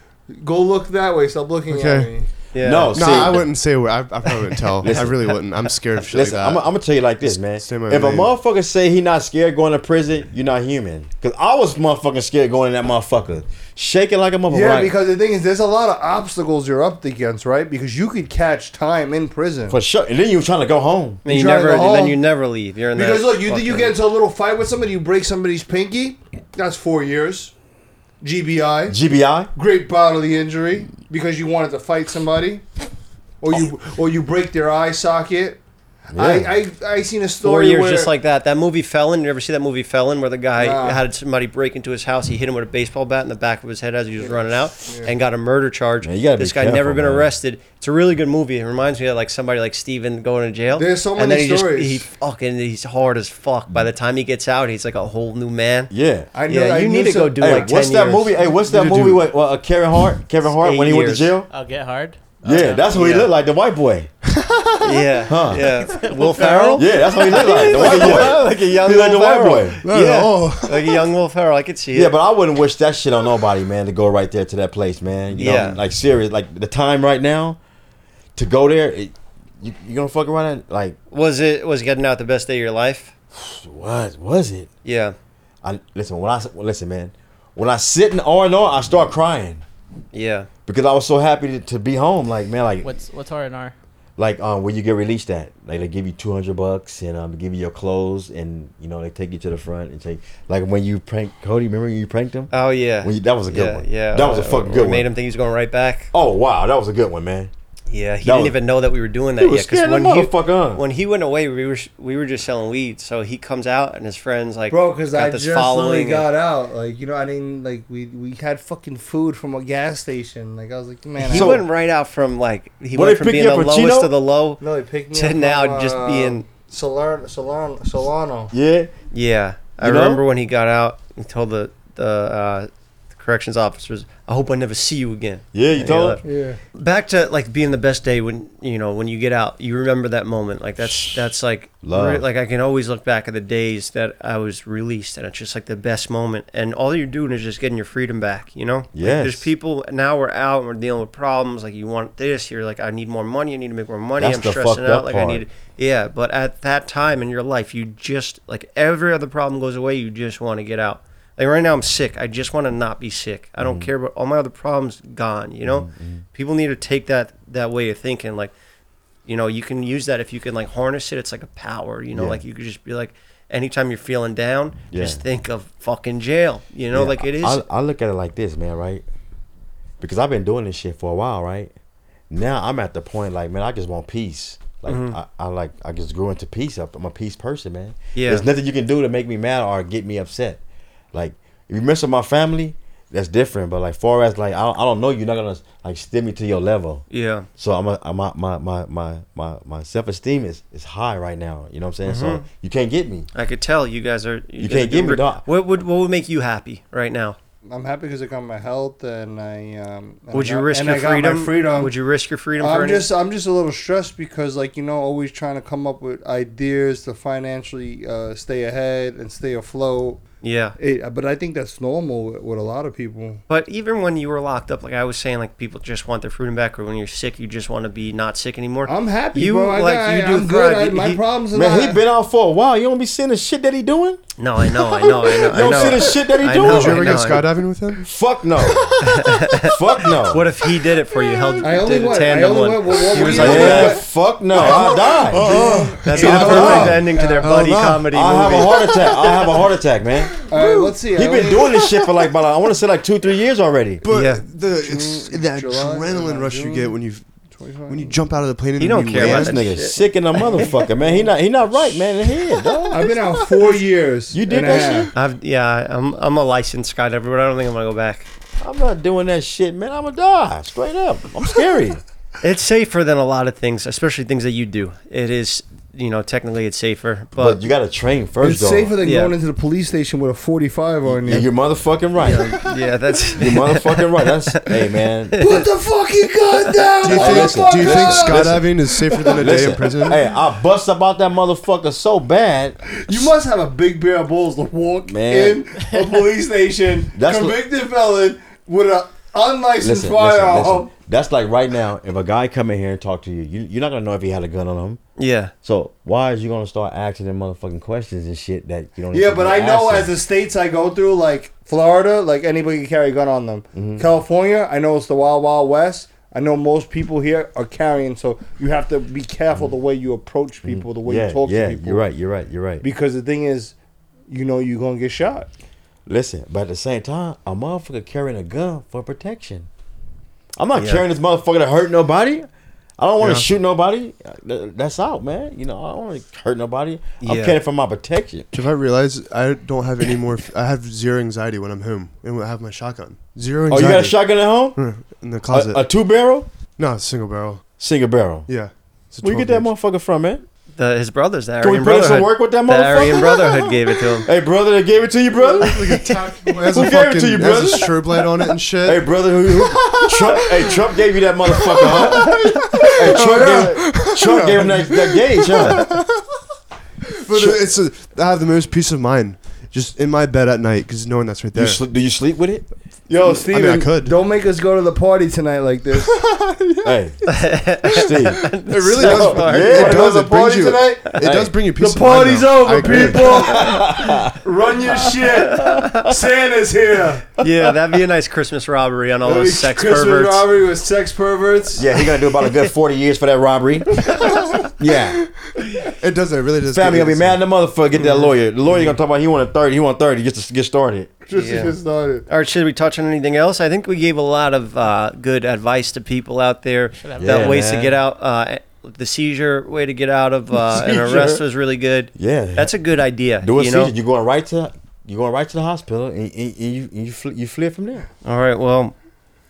go look that way. Stop looking at
Okay.
me.
Yeah.
No,
no,
Oh, see,
I wouldn't say a word. I, I probably wouldn't tell. I really wouldn't. I'm scared of shit
Listen,
like
I'm,
that.
I'm gonna tell you like this, man. If
Say
a
my name.
motherfucker say he not scared going to prison, you're not human. Cause I was motherfucking scared going in that motherfucker, shaking like a
Oh,
motherfucker.
Yeah,
like,
because the thing is, there's a lot of obstacles you're up against, right? Because you could catch time in prison.
for sure. And then you was trying to go home.
Then you
Try to
never.
go home.
Then you never leave. You're in that
because look, you think you
fucking-
get into a little fight with somebody, you break somebody's pinky, that's four years. GBI,
GBI.
great bodily injury, because you wanted to fight somebody, or you or you break their eye socket.
Yeah.
I, I I seen a
Four
story
years
where
just like that. That movie Felon. You ever see that movie Felon where the guy
Nah.
had somebody break into his house? He hit him with a baseball bat in the back of his head as he was running out and got a murder charge.
Man, you gotta be
this guy
careful,
never been
man.
arrested. It's a really good movie. It reminds me of like somebody like Steven going to jail.
There's so
and then
many
he just-
stories.
he fucking he's hard as fuck. By the time he gets out, he's like a whole new man.
Yeah.
I know
Yeah,
I
you
knew
need to
some-
go do
Hey,
like 10
what's that
years.
movie? Hey, what's that
Dude, dude.
movie with uh, Kevin Hart? Kevin Hart
eight
when he went to
years. Uh,
jail.
I'll Oh, get hard.
Yeah, that's who he
Yeah.
looked like, the white boy.
(laughs) Yeah,
Huh.
yeah. Will Ferrell.
Yeah, that's what he looked like, the white
(laughs)
boy.
like a young
He like the
Will
white
Ferrell.
boy.
Not at all.
Yeah, like a young Will Ferrell. I could see it.
Yeah, but I wouldn't wish that shit on nobody, man. To go right there to that place, man. You know,
Yeah.
like serious, like the time right now to go there. It, you you gonna fuck around and like
was it was getting out the best day of your life?
what was it?
Yeah,
I listen when I s- well, listen, man. When I sit in R and R, I start crying
yeah.
because I was so happy to, to be home. Like man, like
What's what's R and R?
like um when you get released at like they give you 200 bucks and um give you your clothes and you know they take you to the front and take like when you prank cody remember when you pranked him
Oh yeah.
Well, that was a good
yeah,
one.
Yeah,
That was a
Or-
fucking
or
good
Made
one.
him think he was going right back.
oh wow that was a good one man
Yeah, he
That
didn't
was-
even know that we were doing that
He was
yet. 'cause
scared
when
the
he
motherfucker, huh?
when he went away, we were sh- we were just selling weed. So he comes out and his friends like
Bro, because
got
I
this
just literally
following.
got out. Like, you know, I didn't like we we had fucking food from a gas station. Like, I was like, man,
and he
I,
So-
went right out from like he
What,
went
they
from
pick
being
you
the
up for
lowest
Chino?
to the low.
no, they picked me
to
up
now
from,
just
uh,
being-
Salerno, Salerno, Solano.
yeah
Yeah, I
You know?
remember when he got out. He told the the, uh, the corrections officers, "I hope I never see you again."
yeah
And
you
he
told
left.
him
Yeah,
back to like being the best day when you know when you get out you remember that moment like that's that's like
Love.
re- like i can always look back at the days that i was released and it's just like the best moment and all you're doing is just getting your freedom back you know Like,
Yes.
there's people now we're out and we're dealing with problems like you want this you're like i need more money i need to make more money
That's
i'm
the
stressing
fucked up
out like
part.
i need yeah but at that time in your life you just like every other problem goes away you just want to get out like right now i'm sick i just want to not be sick i don't
Mm-hmm.
care about all my other problems gone you know people need to take that that way of thinking like you know you can use that if you can like harness it it's like a power you know
Yeah.
like you could just be like anytime you're feeling down just
Yeah.
think of fucking jail you know
Yeah,
like it is
I, I look at it like this man right because i've been doing this shit for a while right now i'm at the point like man i just want peace Like
Mm-hmm.
I, I like I just grew into peace. I'm I'm a peace person, man.
Yeah.
There's nothing you can do to make me mad or get me upset. Like if you mess with my family, that's different. But like far as like I don't, I don't know you, you're not gonna like steer me to your level.
Yeah.
So I'm a, I'm a, my my my my my self esteem is is high right now. You know what I'm saying?
Mm-hmm.
So you can't get me.
I could tell you guys are. You, guys
can't
are
give me
doing-
that.
What would what would make you happy right now?
I'm happy because I got my health and I. Um, and
Would
I
you
got-
risk
and
your
I got my
freedom?
freedom.
Would you risk your freedom for
I'm
anything?
just I'm just a little stressed because like you know always trying to come up with ideas to financially uh, stay ahead and stay afloat.
yeah.
It, but I think that's normal with, with a lot of people.
But even when you were locked up, like I was saying, like people just want their freedom back, or when you're sick, you just want to be not sick anymore.
I'm happy,
You
bro. I,
like
I,
you do
I'm
thrive.
good. I, my
He-
problems are
Man,
not.
he been out for a while. You don't be seeing the shit that he doing.
No, I know, I
(laughs)
know, I know. I
You don't
know.
see the shit that he
I
doing?
know,
Did
Did you ever
I
go
know, I know.
skydiving with him?
Fuck
(laughs)
no. Fuck no.
What if he did it for you? Held,
I only
did a
went- I
tandem
only
one.
went with one
he was
wheel.
like,
yeah,
what?
fuck no. I'll die.
"That'd be the
Yeah.
perfect
Yeah.
ending to their
I'll
Uh-huh. buddy
die.
comedy
I'll have a
movie."
heart attack. I'll have a heart attack, man.
All right, let's see.
He
I
been
only-
doing this shit for like, about, I want to say like two, three years already.
But
Yeah.
the it's that
July,
adrenaline rush you
June,
get when you when you jump out of the plane and
He don't
you
care
Man,
about
this
that
nigga
shit.
sick in the motherfucker, man. He not, he not right, man. In here, dog.
I've been out
(laughs)
four years.
You did
and a
that
half.
shit?
I've, yeah, I'm I'm a licensed skydiver, but I don't think I'm gonna go back.
I'm not doing that shit, man. I'ma die straight up. I'm scary.
It's safer than a lot of things, especially things that you do. It is, you know, technically it's safer, but,
but you gotta train first,
It's
though.
safer than
Yeah.
going into the police station with a 45 on you.
Yeah, you're motherfucking right.
yeah,
(laughs)
that's
You're motherfucking
(laughs)
right. That's hey, man.
Put the fucking gun
Do you
down.
Oh,
think,
listen,
do you
listen,
think skydiving is safer than a day in
Listen,
prison?
hey, I bust up out that motherfucker so bad.
You must have a big pair of balls to walk
Man.
in a police station,
(laughs) That's what-
convicted felon with an unlicensed
Listen, listen,
firearm.
listen. That's like right now. If a guy come in here and talk to you, you you're not gonna know if he had a gun on him.
yeah.
So why is you gonna start asking them motherfucking questions and shit that you don't?
Yeah, but I know as the states I go through, like Florida, like anybody can carry a gun on them.
Mm-hmm.
California, I know it's the wild, wild west. I know most people here are carrying, so you have to be careful the way you approach people, the way
Mm-hmm. yeah,
you talk
yeah,
to people.
you're right, you're right, you're right.
Because the thing is, you know you're gonna get shot.
Listen, but at the same time, a motherfucker carrying a gun for protection. I'm not
Yeah.
carrying this motherfucker to hurt nobody. I don't want to shoot nobody. Th- That's out, man. You know, I don't want to hurt nobody. I'm
Yeah.
carrying it for my protection.
If I realize I don't have any more, I have zero anxiety when I'm home and I have my shotgun. Zero
Oh,
anxiety.
you got a shotgun Uh, at home?
Hmm.
in the closet?
A, a two barrel?
no, it's single barrel.
Single barrel.
Yeah. It's a
Where you
12
get that
gauge.
motherfucker from, man?
The, his brothers, the
Can we
Aryan
put in some
Brotherhood.
work with that
The Aryan
motherfucker? (laughs)
Brotherhood gave it to him.
Hey, brother, they gave it to you, brother? (laughs)
It has
Who
a
gave it to
fucking,
you,
it has a
brother?
strobe light on it
(laughs)
and shit.
Hey brother, who, who Trump? Hey Trump gave you that motherfucker, huh? (laughs) Hey, Trump, gave, Trump gave him that, that gauge, (laughs) huh?
But it's a, I have the most peace of mind just in my bed at night because knowing that's right there.
You sleep, do you sleep with it?
Yo,
I
Steven,
mean, I could.
don't make us go to the party tonight like this.
(laughs)
Hey, Steve.
it really
So-
does.
Yeah,
it
there's
does.
a
It brings
party
you.
tonight?
It does bring you peace.
the party's over,
people.
people.
(laughs)
Run your shit. Santa's here.
Yeah, that'd be a nice Christmas robbery on all those sex
Christmas
perverts.
robbery with sex perverts.
Yeah, he gonna do about a good forty years for that robbery. Yeah,
It does. It really does.
family
give
gonna
you
be
that
mad at the motherfucker. Get that lawyer. The lawyer gonna talk about he want a thirty. He want thirty just to get started.
Just
Yeah.
to get started.
Or should we touch on anything else? I think we gave a lot of uh, good advice to people out there
have
about
Yeah,
ways to
man.
get out. Uh, the seizure way to get out of uh, an
(laughs) Seizure.
arrest was really good.
Yeah.
that's a good idea.
Do a
you
seizure.
know?
You going right to you going right to the hospital and, and, and you and you fl- you flip from there.
All right. Well,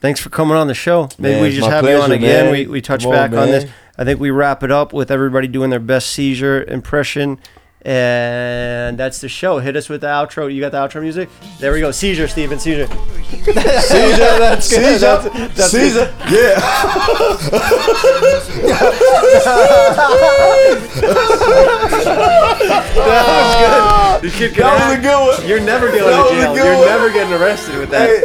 thanks for coming on the show. Maybe
Man,
we
it's
just
my
have you on
pleasure,
again.
man.
We we touch
Come on,
back on
man.
this. I think we wrap it up with everybody doing their best seizure impression. And that's the show. Hit us with the outro. You got the outro music? There we go. Seizure, Steven. Seizure.
Seizure, (laughs) that's
good.
Caesar,
That's- that's good.
Caesar, yeah.
You keep
That was a good one.
You're never going
That
to
was a
jail.
good
You're
one.
never getting arrested with that.
Hey,